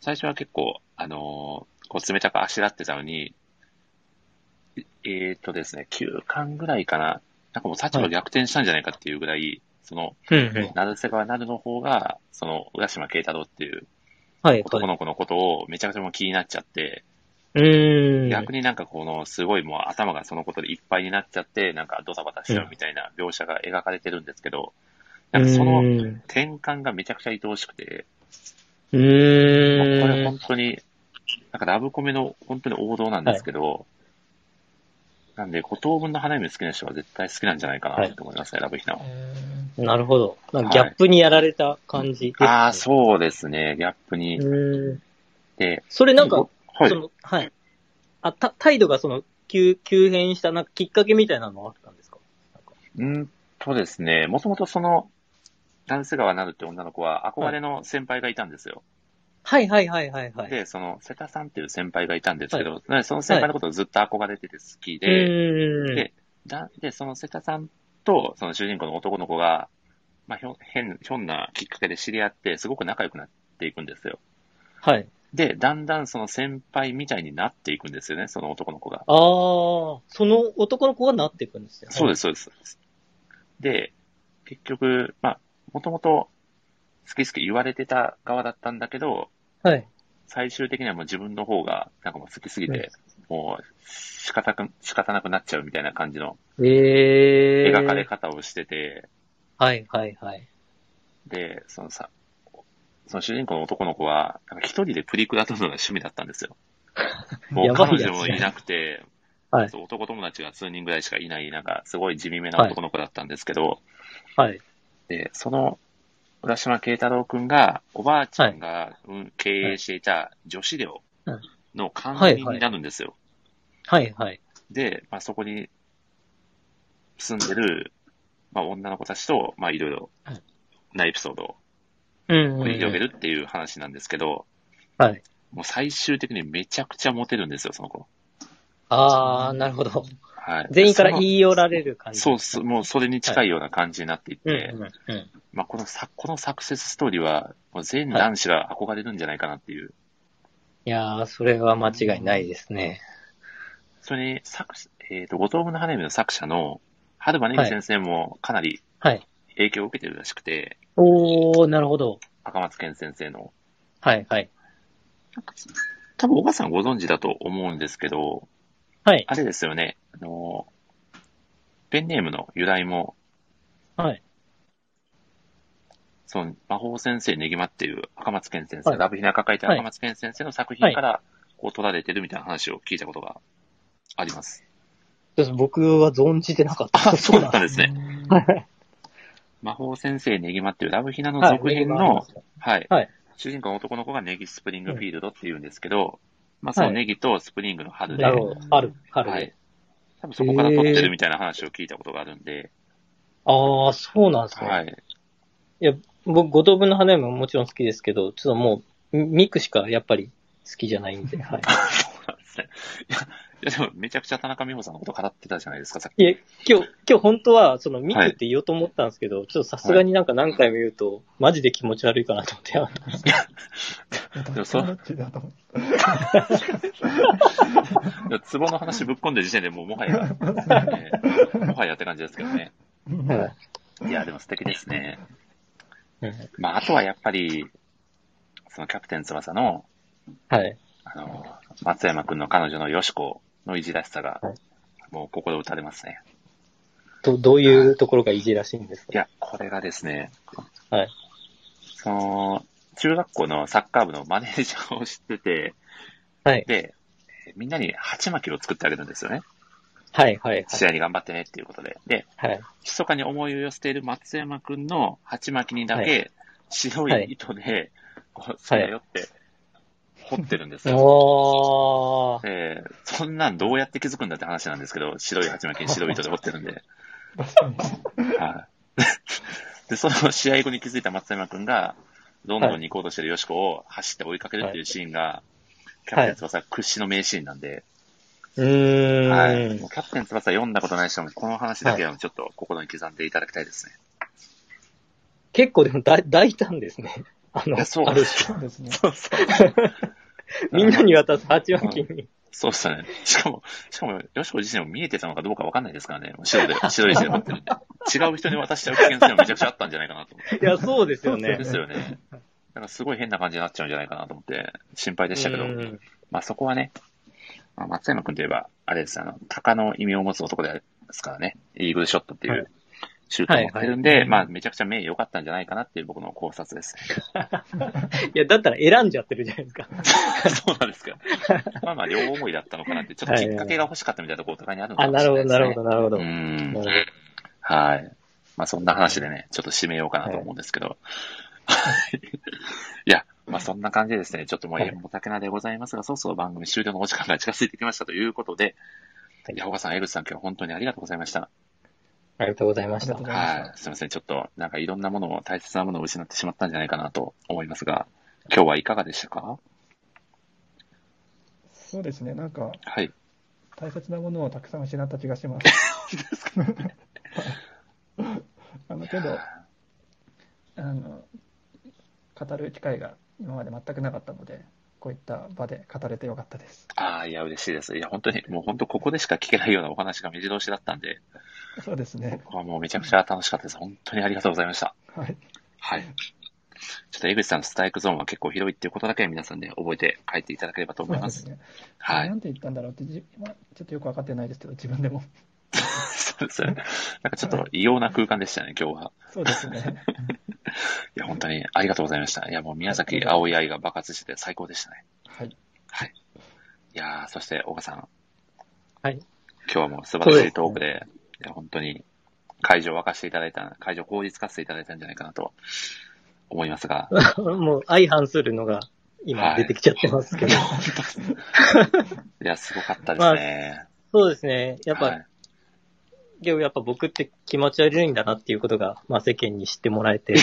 Speaker 1: 最初は結構、あのーこう冷たくあしらってたのに、いえーっとですね、9巻ぐらいかな。なんかもう立場逆転したんじゃないかっていうぐらい、その、
Speaker 3: うんうん。
Speaker 1: なるせがなるの方が、その、浦島慶太郎っていう
Speaker 3: はい。
Speaker 1: 男
Speaker 3: はい。
Speaker 1: の子のことをめちゃくちゃもう気になっちゃって、
Speaker 3: うーん。
Speaker 1: 逆になんかこの、すごいもう頭がそのことでいっぱいになっちゃって、なんかドタバタしちゃうみたいな描写が描かれてるんですけど、なんかそうの
Speaker 3: ーん
Speaker 1: 転換がめちゃくちゃ愛おしくて、
Speaker 3: う
Speaker 1: もうこ
Speaker 3: ー
Speaker 1: れ
Speaker 3: ん
Speaker 1: 本。当に、なんかラブコメの本当に王道なんですけど、なんで、五等分の花嫁好きな人は絶対好きなんじゃないかなと思いますね、ラブヒナは。
Speaker 3: なるほど。なんかギャップにやられた感じですね、
Speaker 1: ああ、そうですね、ギャップに
Speaker 3: うーん。
Speaker 1: て。
Speaker 3: それなんか、はい、その、はい。あ、た、態度がその、急、急変した、なんかきっかけみたいなのはあったんですか
Speaker 1: うんとですね、もともとその、ダンス川なるって女の子は憧れの先輩がいたんですよ。
Speaker 3: はいはいはいはいはい。
Speaker 1: で、その、瀬田さんっていう先輩がいたんですけど、はい、その先輩のことをずっと憧れてて好きで、はい、でだ、で、その瀬田さんと、その主人公の男の子が、まあ、ひょ、変、ひょんなきっかけで知り合って、すごく仲良くなっていくんですよ。
Speaker 3: はい。
Speaker 1: で、だんだんその先輩みたいになっていくんですよね、その男の子が。ああ、
Speaker 3: その男の子がなっていくんですよ、
Speaker 1: ね。そうです、そうです。で、結局、まあ、もともと好き好き言われてた側だったんだけど、
Speaker 3: はい。
Speaker 1: 最終的にはもう自分の方が、なんかもう好きすぎて、うん、もう仕方く、仕方なくなっちゃうみたいな感じの、
Speaker 3: え
Speaker 1: えー。描かれ方をしてて、
Speaker 3: はいはいはい。
Speaker 1: で、そのさ、その主人公の男の子は、なんか一人でプリクラ撮るのが趣味だったん ですよ。もう彼女もいなくて、
Speaker 3: はい、
Speaker 1: 男友達が数人ぐらいしかいない、なんかすごい地味めな男の子だったんですけど、
Speaker 3: はい。
Speaker 1: で、その、浦島慶太郎くんが、おばあちゃんが、うん、経営していた女子寮の管理になるんですよ。
Speaker 3: はいはい。はいはい、
Speaker 1: で、まあ、そこに住んでる、まあ、女の子たちと、まあ、いろいろなエピソードを繰り広げるっていう話なんですけど、
Speaker 3: はい。
Speaker 1: もう最終的にめちゃくちゃモテるんですよ、その子。
Speaker 3: ああ、なるほど。
Speaker 1: はい。
Speaker 3: 全員から言い寄られる感じ。
Speaker 1: そうそう、もうそれに近いような感じになっていて、はい
Speaker 3: うんうんうん、、
Speaker 1: まあこのさ、このサクセスストーリーは、もう全男子が憧れるんじゃないかなっていう。はい
Speaker 3: いやー、それは間違いないですね。
Speaker 1: それに、作者、えっ、ー、と、五等分の花嫁の作者の、春馬ねぎ先生もかなり、
Speaker 3: はい。
Speaker 1: 影響を受けてるらしくて、
Speaker 3: はい、おー、なるほど。
Speaker 1: 赤松健先生の。
Speaker 3: はい、はい。
Speaker 1: 多分、岡さんご存知だと思うんですけど、
Speaker 3: はい。
Speaker 1: あれですよね。あの、ペンネームの由来も、
Speaker 3: はい。
Speaker 1: その、魔法先生ねぎまっていう赤松健先生、はい、ラブヒナカ書いて赤松健先生の作品から、こう取られてるみたいな話を聞いたことがあります。
Speaker 3: はい、僕は存じてなかった。
Speaker 1: あ、そうだったんですね。はい。魔法先生ねぎまっていうラブヒナの続編の、はい。
Speaker 3: はい、
Speaker 1: 主人公の男の子がネギスプリングフィールドっていうんですけど、まあ、そのネギとスプリングの春で。
Speaker 3: なるほど。春、春。
Speaker 1: はい。多分そこから撮ってるみたいな話を聞いたことがあるんで。
Speaker 3: えー、ああ、そうなんですね。
Speaker 1: はい。
Speaker 3: いや、僕、五等分の花嫁ももちろん好きですけど、ちょっともう、ミクしかやっぱり好きじゃないんで、はい。
Speaker 1: そうなんですね。いや、いやでもめちゃくちゃ田中美穂さんのこと語ってたじゃないですか、さっ
Speaker 3: き。いや、今日、今日本当は、そのミクって言おうと思ったんですけど、はい、ちょっとさすがになんか何回も言うと、はい、マジで気持ち悪いかなと思ってやめました。
Speaker 1: でもそう。ツボの話ぶっ込んでる時点でもうもはや、ね、もはやって感じですけどね。いや、でも素敵ですね。まあ、あとはやっぱり、そのキャプテン翼の、
Speaker 3: はい。
Speaker 1: あの、松山君の彼女のよしこのいじらしさが、もう心打たれますね。
Speaker 3: ど、どういうところがいじらしいんですか
Speaker 1: いや、これがですね、
Speaker 3: はい。
Speaker 1: その、中学校のサッカー部のマネージャーを知ってて、
Speaker 3: はい。
Speaker 1: で、みんなに鉢巻きを作ってあげるんですよね。
Speaker 3: はいはい、はい、
Speaker 1: 試合に頑張ってねっていうことで。で、
Speaker 3: はい。
Speaker 1: 密かに思いを寄せている松山くんの鉢巻きにだけ白い糸で、こう、それよって、掘ってるんですよ。
Speaker 3: お、は、ー、い
Speaker 1: はいはい。そんなんどうやって気づくんだって話なんですけど、白い鉢巻きに白い糸で掘ってるんで。はい。で、その試合後に気づいた松山くんが、ロンドンに行こうとしてるよしこを走って追いかけるっていうシーンが、キャプテン翼屈指の名シーンなんで、
Speaker 3: はい、
Speaker 1: はい、キャプテン翼読んだことない人も、この話だけはちょっと心に刻んでいただきたいですね。はい、
Speaker 3: 結構でも抱いたんですね。あの、
Speaker 1: そう
Speaker 3: ある
Speaker 1: そう
Speaker 3: ですね。そうそう。みんなに渡す8万金に。
Speaker 1: そうっすね。しかも、しかも、よしこ自身も見えてたのかどうかわかんないですからね。白で、白い線持ってるんで。違う人に渡しちゃう危険性もめちゃくちゃあったんじゃないかなと思って。
Speaker 3: いや、そうですよね。
Speaker 1: ですよね。なんかすごい変な感じになっちゃうんじゃないかなと思って、心配でしたけど、まあそこはね、まあ、松山君といえば、あれです、あの、鷹の意味を持つ男ですからね、イーグルショットっていうシュートを持ってるんで、はいはいはい、まあめちゃくちゃ名誉良かったんじゃないかなっていう僕の考察です。
Speaker 3: いや、だったら選んじゃってるじゃないですか。
Speaker 1: そうなんですか。まあまあ両思いだったのかなって、ちょっときっかけが欲しかったみたいなところとかにあるのかもしれないです、ね、
Speaker 3: あ、なるほど、なるほど、な
Speaker 1: るほど。はい。まあそんな話でね、ちょっと締めようかなと思うんですけど。はい、いや、まあそんな感じでですね、ちょっともうおたけなでございますが、そろそろ番組終了のお時間が近づいてきましたということで、はい、矢岡さん、江口さん、今日本当にありがとうございました。
Speaker 3: ありがとうございました。
Speaker 1: はい。すみません。ちょっと、なんかいろんなものを、大切なものを失ってしまったんじゃないかなと思いますが、今日はいかがでしたか
Speaker 2: そうですね。なんか、
Speaker 1: はい。
Speaker 2: 大切なものをたくさん失った気がします。ですかね。あの、けど、あの、語る機会が今まで全くなかったので、こういった場で語れてよかったです。
Speaker 1: ああ、いや、嬉しいです。いや、本当に、もう本当、ここでしか聞けないようなお話が目白押しだったんで、
Speaker 2: そうですね。
Speaker 1: ここはもうめちゃくちゃ楽しかったです。本当にありがとうございました。
Speaker 2: はい。
Speaker 1: はい。ちょっと江口さんのスタイクゾーンは結構広いっていうことだけ皆さんで、ね、覚えて書いていただければと思います。
Speaker 2: そうですね。はい。なんて言ったんだろうって、今、ちょっとよく分かってないですけど、自分 でも。
Speaker 1: そうですね。なんかちょっと異様な空間でしたね、今日は。
Speaker 2: そうですね。
Speaker 1: いや、本当にありがとうございました。いや、もう宮崎青い愛が爆発してて最高でしたね。
Speaker 2: はい。
Speaker 1: はい。いやそして、岡さん。
Speaker 3: はい。
Speaker 1: 今日はもう素晴らしいトークで、でね、いや、本当に会場を沸かしていただいた、会場を効率化していただいたんじゃないかなと思います が。、
Speaker 3: もう相反するのが今出てきちゃってますけど。はい
Speaker 1: いや、すごかったですね。
Speaker 3: まあ、そうですね。やっぱ、はいでもやっぱ僕って気持ち悪いんだなっていうことが、まあ世間に知ってもらえて。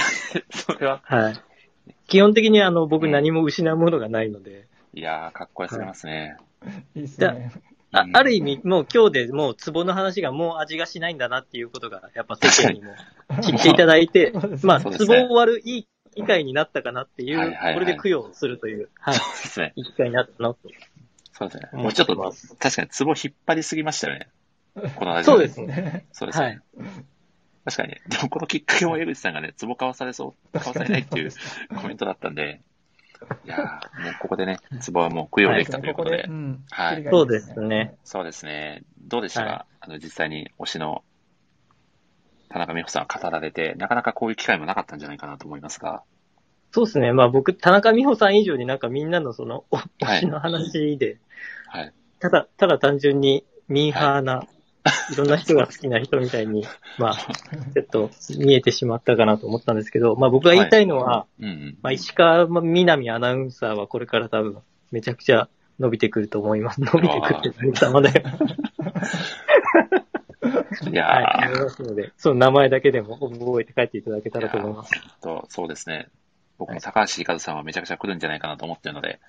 Speaker 1: それは
Speaker 3: はい。基本的にあの、僕何も失うものがないので。
Speaker 1: いやー、かっこよすぎますね。
Speaker 2: はい、いいっすね。
Speaker 3: あある意味、もう今日でもう壺の話がもう味がしないんだなっていうことが、やっぱ世間にも知っていただい て、まあ、壺を割るいい機会になったかなっていう、これで供養するという、はい。
Speaker 1: そうですね。
Speaker 3: いい機会になったなと。
Speaker 1: そうですね。もうちょっと、確かに壺引っ張りすぎましたよね。この
Speaker 3: そうですね。
Speaker 1: そうですね。はい、確かに。でもこのきっかけも江口さんがね、壺買わされそう、 買わされないって いうコメントだったんで、いやもうここでね、壺はもう供養できたということで。
Speaker 3: はい。そうですね。
Speaker 1: そうですね。どうでしたか、あの実際に推しの田中美穂さん語られて、なかなかこういう機会もなかったんじゃないかなと思いますが。
Speaker 3: そうですね。まあ僕、田中美穂さん以上になんかみんなのその、推しの話で、
Speaker 1: はい、
Speaker 3: ただ、ただ単純にミーハーな、いろんな人が好きな人みたいに、まあ、ちょっと見えてしまったかなと思ったんですけど、まあ僕が言いたいのは、まあ石川みなみアナウンサーはこれから多分めちゃくちゃ伸びてくると思います。伸びてくるって言ったので。、
Speaker 1: いやはい
Speaker 3: ますので、その名前だけでも覚えて帰っていただけたらと思います。
Speaker 1: とそうですね。僕も高橋ひかるさんはめちゃくちゃ来るんじゃないかなと思ってるので、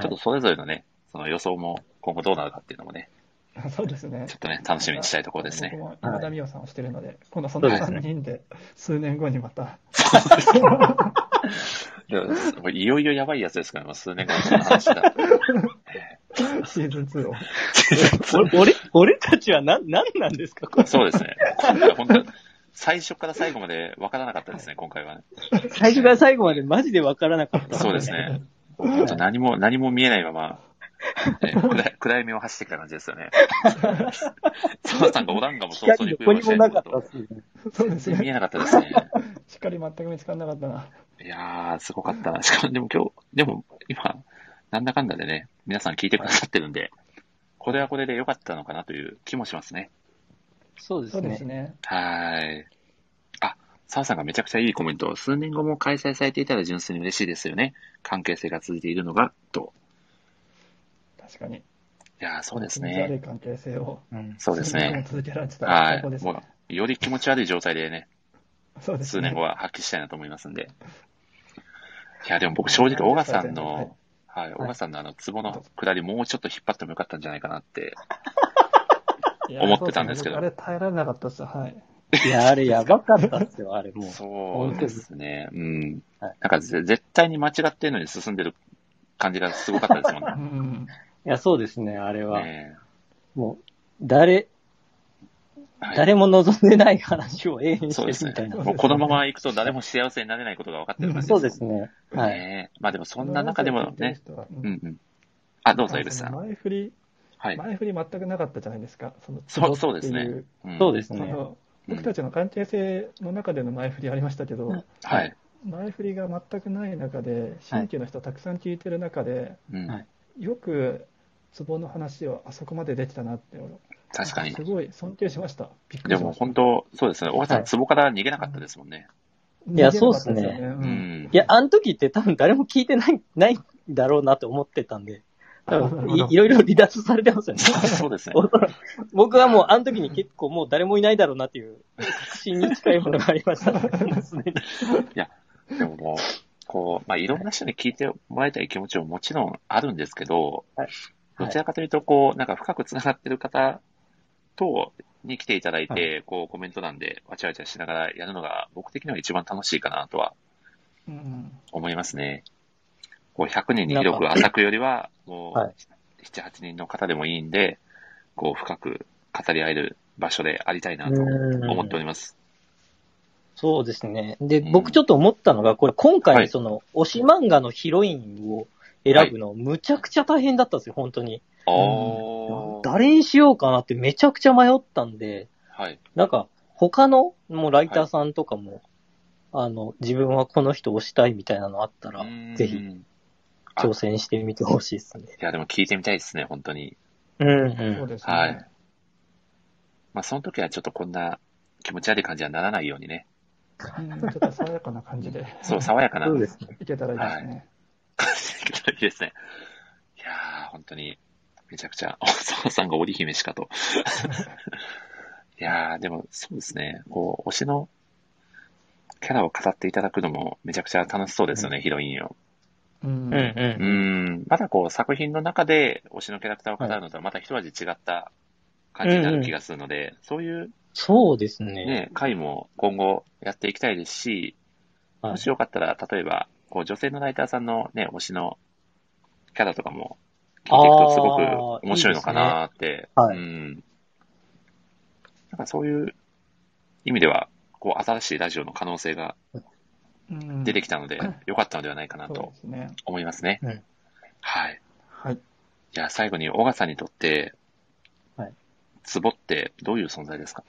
Speaker 1: ちょっとそれぞれのね、その予想も今後どうなるかっていうのもね、
Speaker 2: そうですね。
Speaker 1: ちょっとね、楽しみにしたいところですね。
Speaker 2: 僕も今田美桜さんをしてるので、はい、今度その3人で、数年後にまた。
Speaker 1: いよいよやばいやつですから、ね、数年後の話だ。
Speaker 2: シーズン2を。
Speaker 3: 俺、俺たちは何、何なんですか
Speaker 1: そうですね。今回本当最初から最後まで分からなかったですね、今回はね。
Speaker 3: 最初から最後までマジで分からなかった、
Speaker 1: ね、そうですね。本当何も、何も見えないまま、ね、 暗闇を走ってきた感じですよ ね。澤さんがおらんがも早々に
Speaker 3: 供養したいと
Speaker 2: こそうですね。
Speaker 1: 見えなかったですね。
Speaker 2: しっかり全く見つからなかったな。
Speaker 1: いやー、すごかったな。 しかも、でも今日、でも今、なんだかんだでね、皆さん聞いてくださってるんで、これはこれで良かったのかなという気もしますね。
Speaker 3: そうですね。
Speaker 2: すね
Speaker 1: はい。あ、澤さんがめちゃくちゃいいコメント。数年後も開催されていたら純粋に嬉しいですよね。関係性が続いているのが、と。
Speaker 2: 確かに。い
Speaker 1: や、そうですね。
Speaker 2: 悪い関係性を、
Speaker 1: うん、そうですね。
Speaker 2: 続けられてた
Speaker 1: ら、ね、はい。より気持ち悪い状態でね、
Speaker 2: そうです
Speaker 1: ね数年後は発揮したいなと思いますんで。いや、でも僕正直、小賀さんの、はい、小、は、賀、い、さんのあの、壺の下り、もうちょっと引っ張ってもよかったんじゃないかなって、思ってたんですけど。
Speaker 2: あれ耐えられなかったです、はい。
Speaker 3: いや、あれやばかったっすよ、あれもう。
Speaker 1: そうですね。うん。はい、なんか絶対に間違ってるのに進んでる感じがすごかったですもんね。
Speaker 2: うん
Speaker 3: いや、そうですね、あれは。もう、誰、誰も望んでない話を永遠にしてるみたいな。
Speaker 1: もうこのまま行くと誰も幸せになれないことが分かってる感
Speaker 3: じそうですね。
Speaker 1: はい。まあでもそんな中でもね。うんうん。あ、どうぞ、エブさん。
Speaker 2: 前振り、はい、前振り全くなかったじゃないですか。その
Speaker 1: そうそうですね。
Speaker 3: そうですね。
Speaker 2: 僕たちの関係性の中での前振りありましたけど、
Speaker 1: はい、
Speaker 2: 前振りが全くない中で、新規の人たくさん聞いてる中で、よく壺の話をあそこまでできたなって
Speaker 1: 確かに。
Speaker 2: すごい尊敬しました。
Speaker 1: でも本当、そうですね。小川さん、壺から逃げなかったですもんね。
Speaker 3: いや、そうっすね。うん、いや、あの時って多分誰も聞いてない、ないだろうなと思ってたんで、多分いいろいろ離脱されてますよね。
Speaker 1: そうですね。
Speaker 3: 僕はもうあの時に結構もう誰もいないだろうなっていう、確信に近いものがありましたね。
Speaker 1: いや、でももう、こう、まあ、いろんな人に聞いてもらいたい気持ちももちろんあるんですけど、はいどちらかというと、こう、なんか深く繋がってる方と、に来ていただいて、こう、コメント欄でわちゃわちゃしながらやるのが、僕的には一番楽しいかなとは、思いますね。こう、100人に広く浅くより は、もう、7、8人の方でもいいんで、こう、深く語り合える場所でありたいなと思っております。
Speaker 3: そうですね。で、僕ちょっと思ったのが、これ、今回、その、推し漫画のヒロインを、選ぶの、むちゃくちゃ大変だったんですよ、本当に。
Speaker 1: あ
Speaker 3: 誰にしようかなってめちゃくちゃ迷ったんで、
Speaker 1: はい、
Speaker 3: なんか、他の、もうライターさんとかも、はい、あの、自分はこの人をしたいみたいなのあったら、ぜひ、挑戦してみてほしいですね。
Speaker 1: いや、でも聞いてみたいですね、本当に。
Speaker 3: うん、うん。そう
Speaker 2: です
Speaker 1: ね。はい。まあ、その時はちょっとこんな気持ち悪い感じはならないようにね。
Speaker 2: うん、ちょっと爽やかな感 じで。
Speaker 1: そう、爽やかな。
Speaker 3: そうですね。
Speaker 2: いけたらいいですね。はい
Speaker 1: 感じでいいですね。いやー、本当に、めちゃくちゃ、お 沢さんが織姫しかと。 いやー、でも、そうですね。こう、推しのキャラを語っていただくのも、めちゃくちゃ楽しそうですよね、うん、ヒロイン。
Speaker 3: を。うん、うん、うん
Speaker 1: まだこう、作品の中で推しのキャラクターを語るのとは、また一味違った感じになる気がするので、うんうん、そういう、
Speaker 3: そうですね。
Speaker 1: ね、回も今後やっていきたいですし、はい、もしよかったら、例えば、こう女性のライターさんのね、推しのキャラとかも聞いていくとすごく面白いのかなって。いいね
Speaker 3: はい、
Speaker 1: うん。なんかそういう意味では、こう新しいラジオの可能性が出てきたので、良、かったのではないかなと思いますね。
Speaker 3: すね
Speaker 1: はい。
Speaker 2: はい。
Speaker 1: じゃあ最後に、小川さんにとって、
Speaker 3: はい。
Speaker 1: ツボってどういう存在ですか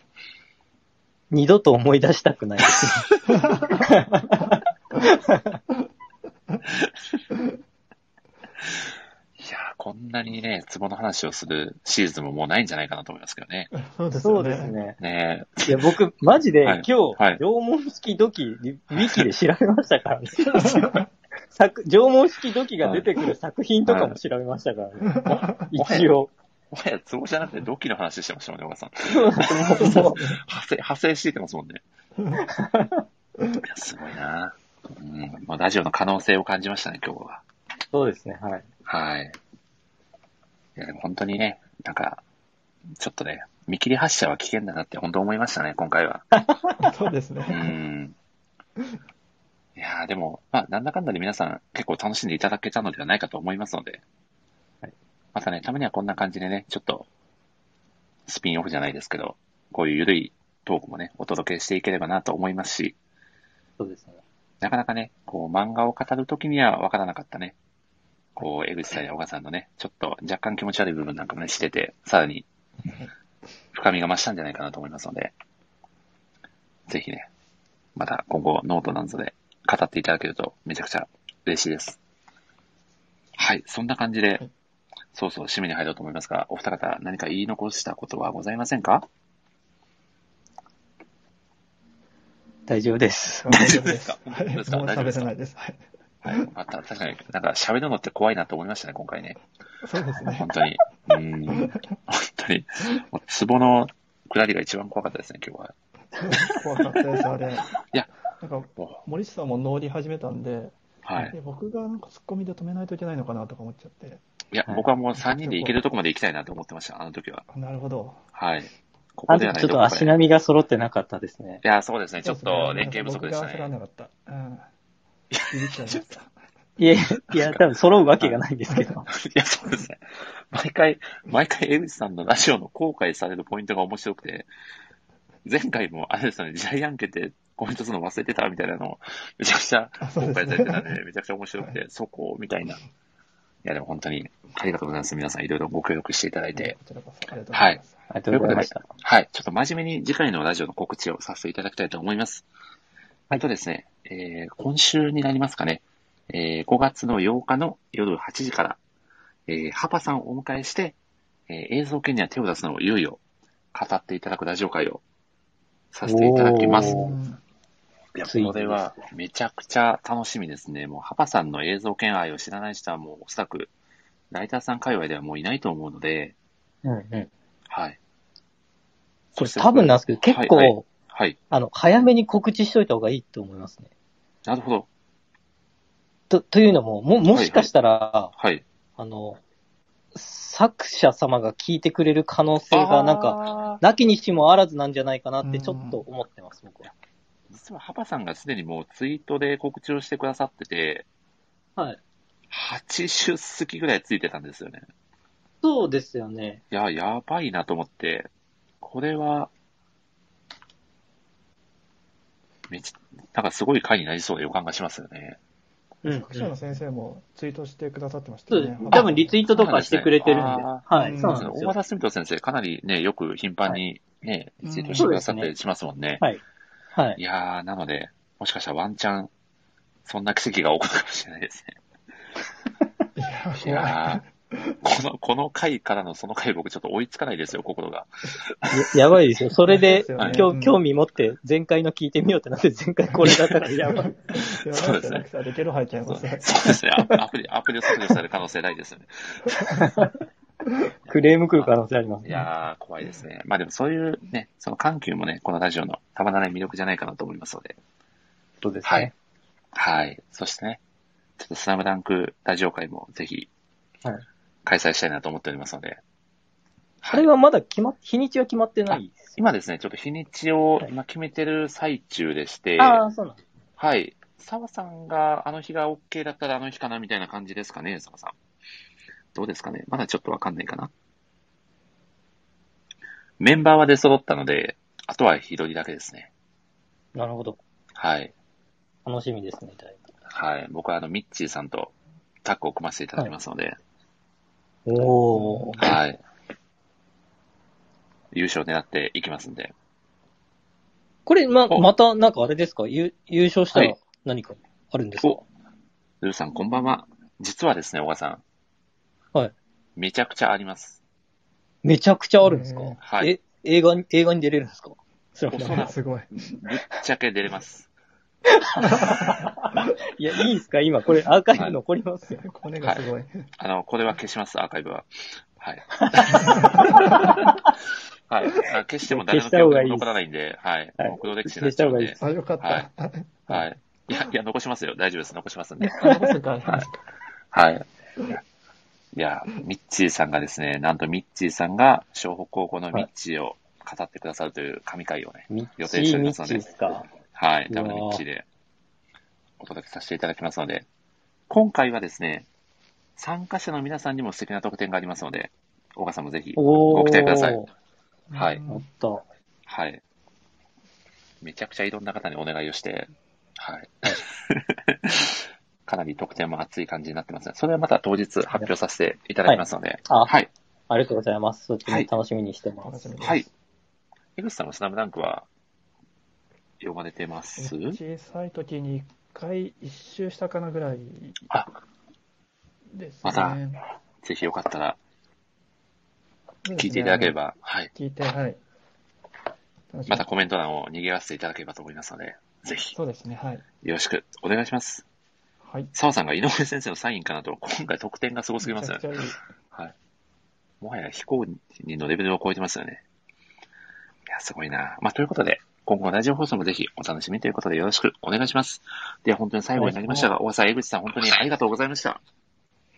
Speaker 3: 二度と思い出したくないです。
Speaker 1: いやこんなにね、ツボの話をするシーズンももうないんじゃないかなと思いますけどね。
Speaker 2: そうです
Speaker 3: ね。ですね。
Speaker 1: ね
Speaker 3: いや、僕、マジで、今日、はい、縄文式土器、ウィキで調べましたからね。 作縄文式土器が出てくる作品とかも調べましたからね。一応。
Speaker 1: もはやツボじゃなくて土器の話してましたもんね、お母さん。
Speaker 3: そうですね。
Speaker 1: 派生していてますもんね。いや、すごいなうん、まあ、ラジオの可能性を感じましたね、今日は。
Speaker 3: そうですね、はい。
Speaker 1: はい。いや、でも本当にね、なんか、ちょっとね、見切り発車は危険だなって本当思いましたね、今回は。
Speaker 2: そうですね。
Speaker 1: うん。いやでも、まあ、なんだかんだで皆さん結構楽しんでいただけたのではないかと思いますので、はい、またね、たまにはこんな感じでね、ちょっと、スピンオフじゃないですけど、こういうゆるいトークもね、お届けしていければなと思いますし、
Speaker 3: そうですね。
Speaker 1: なかなかね、こう、漫画を語るときには分からなかったね。こう、江口さんや小川さんのね、ちょっと若干気持ち悪い部分なんかもね、してて、さらに、深みが増したんじゃないかなと思いますので、ぜひね、また今後ノートなんぞで語っていただけるとめちゃくちゃ嬉しいです。はい、そんな感じで、そうそう、締めに入ろうと思いますが、お二方何か言い残したことはございませんか
Speaker 3: 大丈夫です。
Speaker 1: 大丈夫ですか
Speaker 2: 大丈夫ですか喋れないです。はい。
Speaker 1: はい。また、確かに、なんか喋るのって怖いなと思いましたね、今回ね。
Speaker 2: そうですね。
Speaker 1: 本当に。うん。本当に。ツボの下りが一番怖かったですね、今日は。
Speaker 2: 怖かったです、あれ。い
Speaker 1: や。
Speaker 2: なんか、森下さんも乗り始めたんで、
Speaker 1: はい。
Speaker 2: 僕がなんかツッコミで止めないといけないのかなとか思っちゃって。
Speaker 1: いや、僕はもう3人で行けるとこまで行きたいなと思ってました、あの時は。
Speaker 2: なるほど。
Speaker 1: はい。
Speaker 3: ここではないとちょっと足並みが揃ってなかったですね。
Speaker 1: いや、そうですね。ちょっと連携不足でしたね。
Speaker 2: 僕がなかった。うん。
Speaker 3: いや、いや、多分揃うわけがないんですけど。い
Speaker 1: や、そうですね。毎回、毎回江口さんのラジオの後悔されるポイントが面白くて、前回もあれですよね、ジャイアン家ってコメントするの忘れてたみたいなのを、めちゃくちゃ後悔されてたんで、めちゃくちゃ面白くて、そこ、みたいな。いや、でも本当にありがとうございます。皆さんいろいろご協力していただいて。。
Speaker 2: はい
Speaker 3: ありがとうございました。
Speaker 1: はい。ちょっと真面目に次回のラジオの告知をさせていただきたいと思います。はい。とですね、えー、今週になりますかね、えー、5月の8日の夜8時から、えー、ハパさんをお迎えして、えー、映像権には手を出すのをいよいよ語っていただくラジオ会をさせていただきます。いや、これはめちゃくちゃ楽しみですね。もう、ハパさんの映像圏愛を知らない人はもう、おそらく、ライターさん界隈ではもういないと思うので、
Speaker 3: うんうん。
Speaker 1: はい。
Speaker 3: これ多分なんですけど、結構、
Speaker 1: はいはいはい。
Speaker 3: あの、早めに告知しといた方がいいと思いますね。
Speaker 1: なるほど。
Speaker 3: と、というのも、も、もしかしたら、
Speaker 1: はい、はい、
Speaker 3: あの、作者様が聞いてくれる可能性が、なんか、なきにしもあらずなんじゃないかなって、ちょっと思ってます、僕は。
Speaker 1: 実は、ハパさんがすでにもうツイートで告知をしてくださってて、
Speaker 3: はい。
Speaker 1: 80席ぐらいついてたんですよね。
Speaker 3: そうですよね。
Speaker 1: いや、やばいなと思って、これは、めちなんかすごい回になりそうな予感がしますよね。
Speaker 2: うん。作者の先生もツイートしてくださってましたね。
Speaker 3: そう多分リツイートとかしてくれてるんで。でね、はい。
Speaker 1: そうなんです大和田澄人先生、かなりね、よく頻繁にね、はい、リツイートしてくださったりしますもんね。
Speaker 3: はい。はい。
Speaker 1: いやー、なので、もしかしたらワンチャン、そんな奇跡が起こるかもしれないですね。いやー、この、この回からのその回僕ちょっと追いつかないですよ、心が。
Speaker 3: や,やばいですよ。それで、でね、今日、興味持って前回の聞いてみようってなって、前回これだったら やばい。
Speaker 2: そうですね。そう
Speaker 1: ですね。アプリ、アプリを削除される可能性ないですよね。
Speaker 3: クレーム食う可能性あります、
Speaker 1: ね、いやー、怖いですね。まあでもそういうね、その緩急もね、このラジオのたまらない魅力じゃないかなと思いますので。
Speaker 3: そうですね。
Speaker 1: はい。はい。そしてね、ちょっとスラムダンクラジオ会もぜひ、開催したいなと思っておりますので。
Speaker 3: はい、あれはまだ決まっ、日にちは決まってないです
Speaker 1: 今ですね、ちょっと日にちを今決めてる最中でして、
Speaker 3: はい、ああ、そうなんです。
Speaker 1: はい。澤さんがあの日が OK だったらあの日かなみたいな感じですかね、澤さん。どうですかねまだちょっとわかんないかな。メンバーは出揃ったので、あとは日取りだけですね。
Speaker 3: なるほど。
Speaker 1: はい。
Speaker 3: 楽しみですね、だいぶ。
Speaker 1: はい。僕はあの、ミッチーさんとタッグを組ませていただきますので。はい、ー。
Speaker 3: お
Speaker 1: はい。優勝狙っていきますんで。
Speaker 3: これ、ま、また、なんかあれですか優優勝したら何かあるんですか、はい、
Speaker 1: ルーさん、こんばんは。実はですね、小川さん。
Speaker 3: はい。
Speaker 1: めちゃくちゃあります。
Speaker 3: めちゃくちゃあるんですか
Speaker 1: はい。
Speaker 3: え、映画に、映画に出れるんですか
Speaker 2: そうすごい。
Speaker 1: ぶっちゃけ出れます。
Speaker 3: いや、いいですか今、これアーカイブ残りますよ。
Speaker 2: これがすごい,、
Speaker 1: あの、これは消します、アーカイブは。はい。 はい。消しても誰の記憶も残らないんで、はい。もう黒歴史になっちゃうんで。
Speaker 2: あ、よかった。
Speaker 1: はい。いや、いや、残しますよ。大丈夫です。残しますんで。。
Speaker 2: はい
Speaker 1: いや、ミッチーさんがですね、なんとミッチーさんが、湘北高校のミッチーを語ってくださるという神回をね、予定しておりますので。はい、ダブルミッチでお届けさせていただきますので、今回はですね、参加者の皆さんにも素敵な特典がありますので、小川さんもぜひご期待ください。はい。
Speaker 3: もっと。
Speaker 1: はい。めちゃくちゃいろんな方にお願いをして、はい。 かなり特典も熱い感じになってますね。それはまた当日発表させていただきますので。
Speaker 3: はい、
Speaker 1: はい。
Speaker 3: ありがとうございます。そっちも楽しみにしてます。
Speaker 1: はい。はい、江口さんのスラムダンクは呼ばれてます
Speaker 2: 小さい時に一回一周したかなぐらいですね。
Speaker 1: また、ぜひよかったら、聞いていただければ、ね、はい。
Speaker 2: 聞いて、はい。
Speaker 1: またコメント欄を賑わせていただければと思いますので、ぜひ。
Speaker 2: そうですね、はい。
Speaker 1: よろしくお願いします。
Speaker 2: はい。
Speaker 1: 澤さんが井上先生のサインかなと、今回得点がすごすぎますよね。いいはい。もはや飛行人のレベルを超えてますよね。いや、すごいな。まあ、ということで、今後のラジオ放送もぜひお楽しみということでよろしくお願いします。では本当に最後になりましたが、大沢江口さん本当にありがとうございました。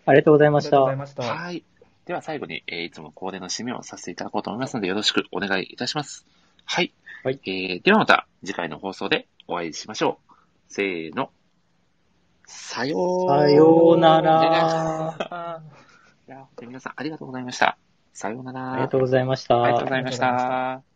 Speaker 3: ありがとうございました。
Speaker 1: はい。では最後に、えー、いつも恒例の締めをさせていただこうと思いますのでよろしくお願いいたします。はい。
Speaker 3: はい、
Speaker 1: えー、ではまた次回の放送でお会いしましょう。せーの。さよ
Speaker 3: うさようなら。
Speaker 1: いや、皆さんありがとうございました。さようなら。
Speaker 3: ありがとうございました。
Speaker 1: ありがとうございました。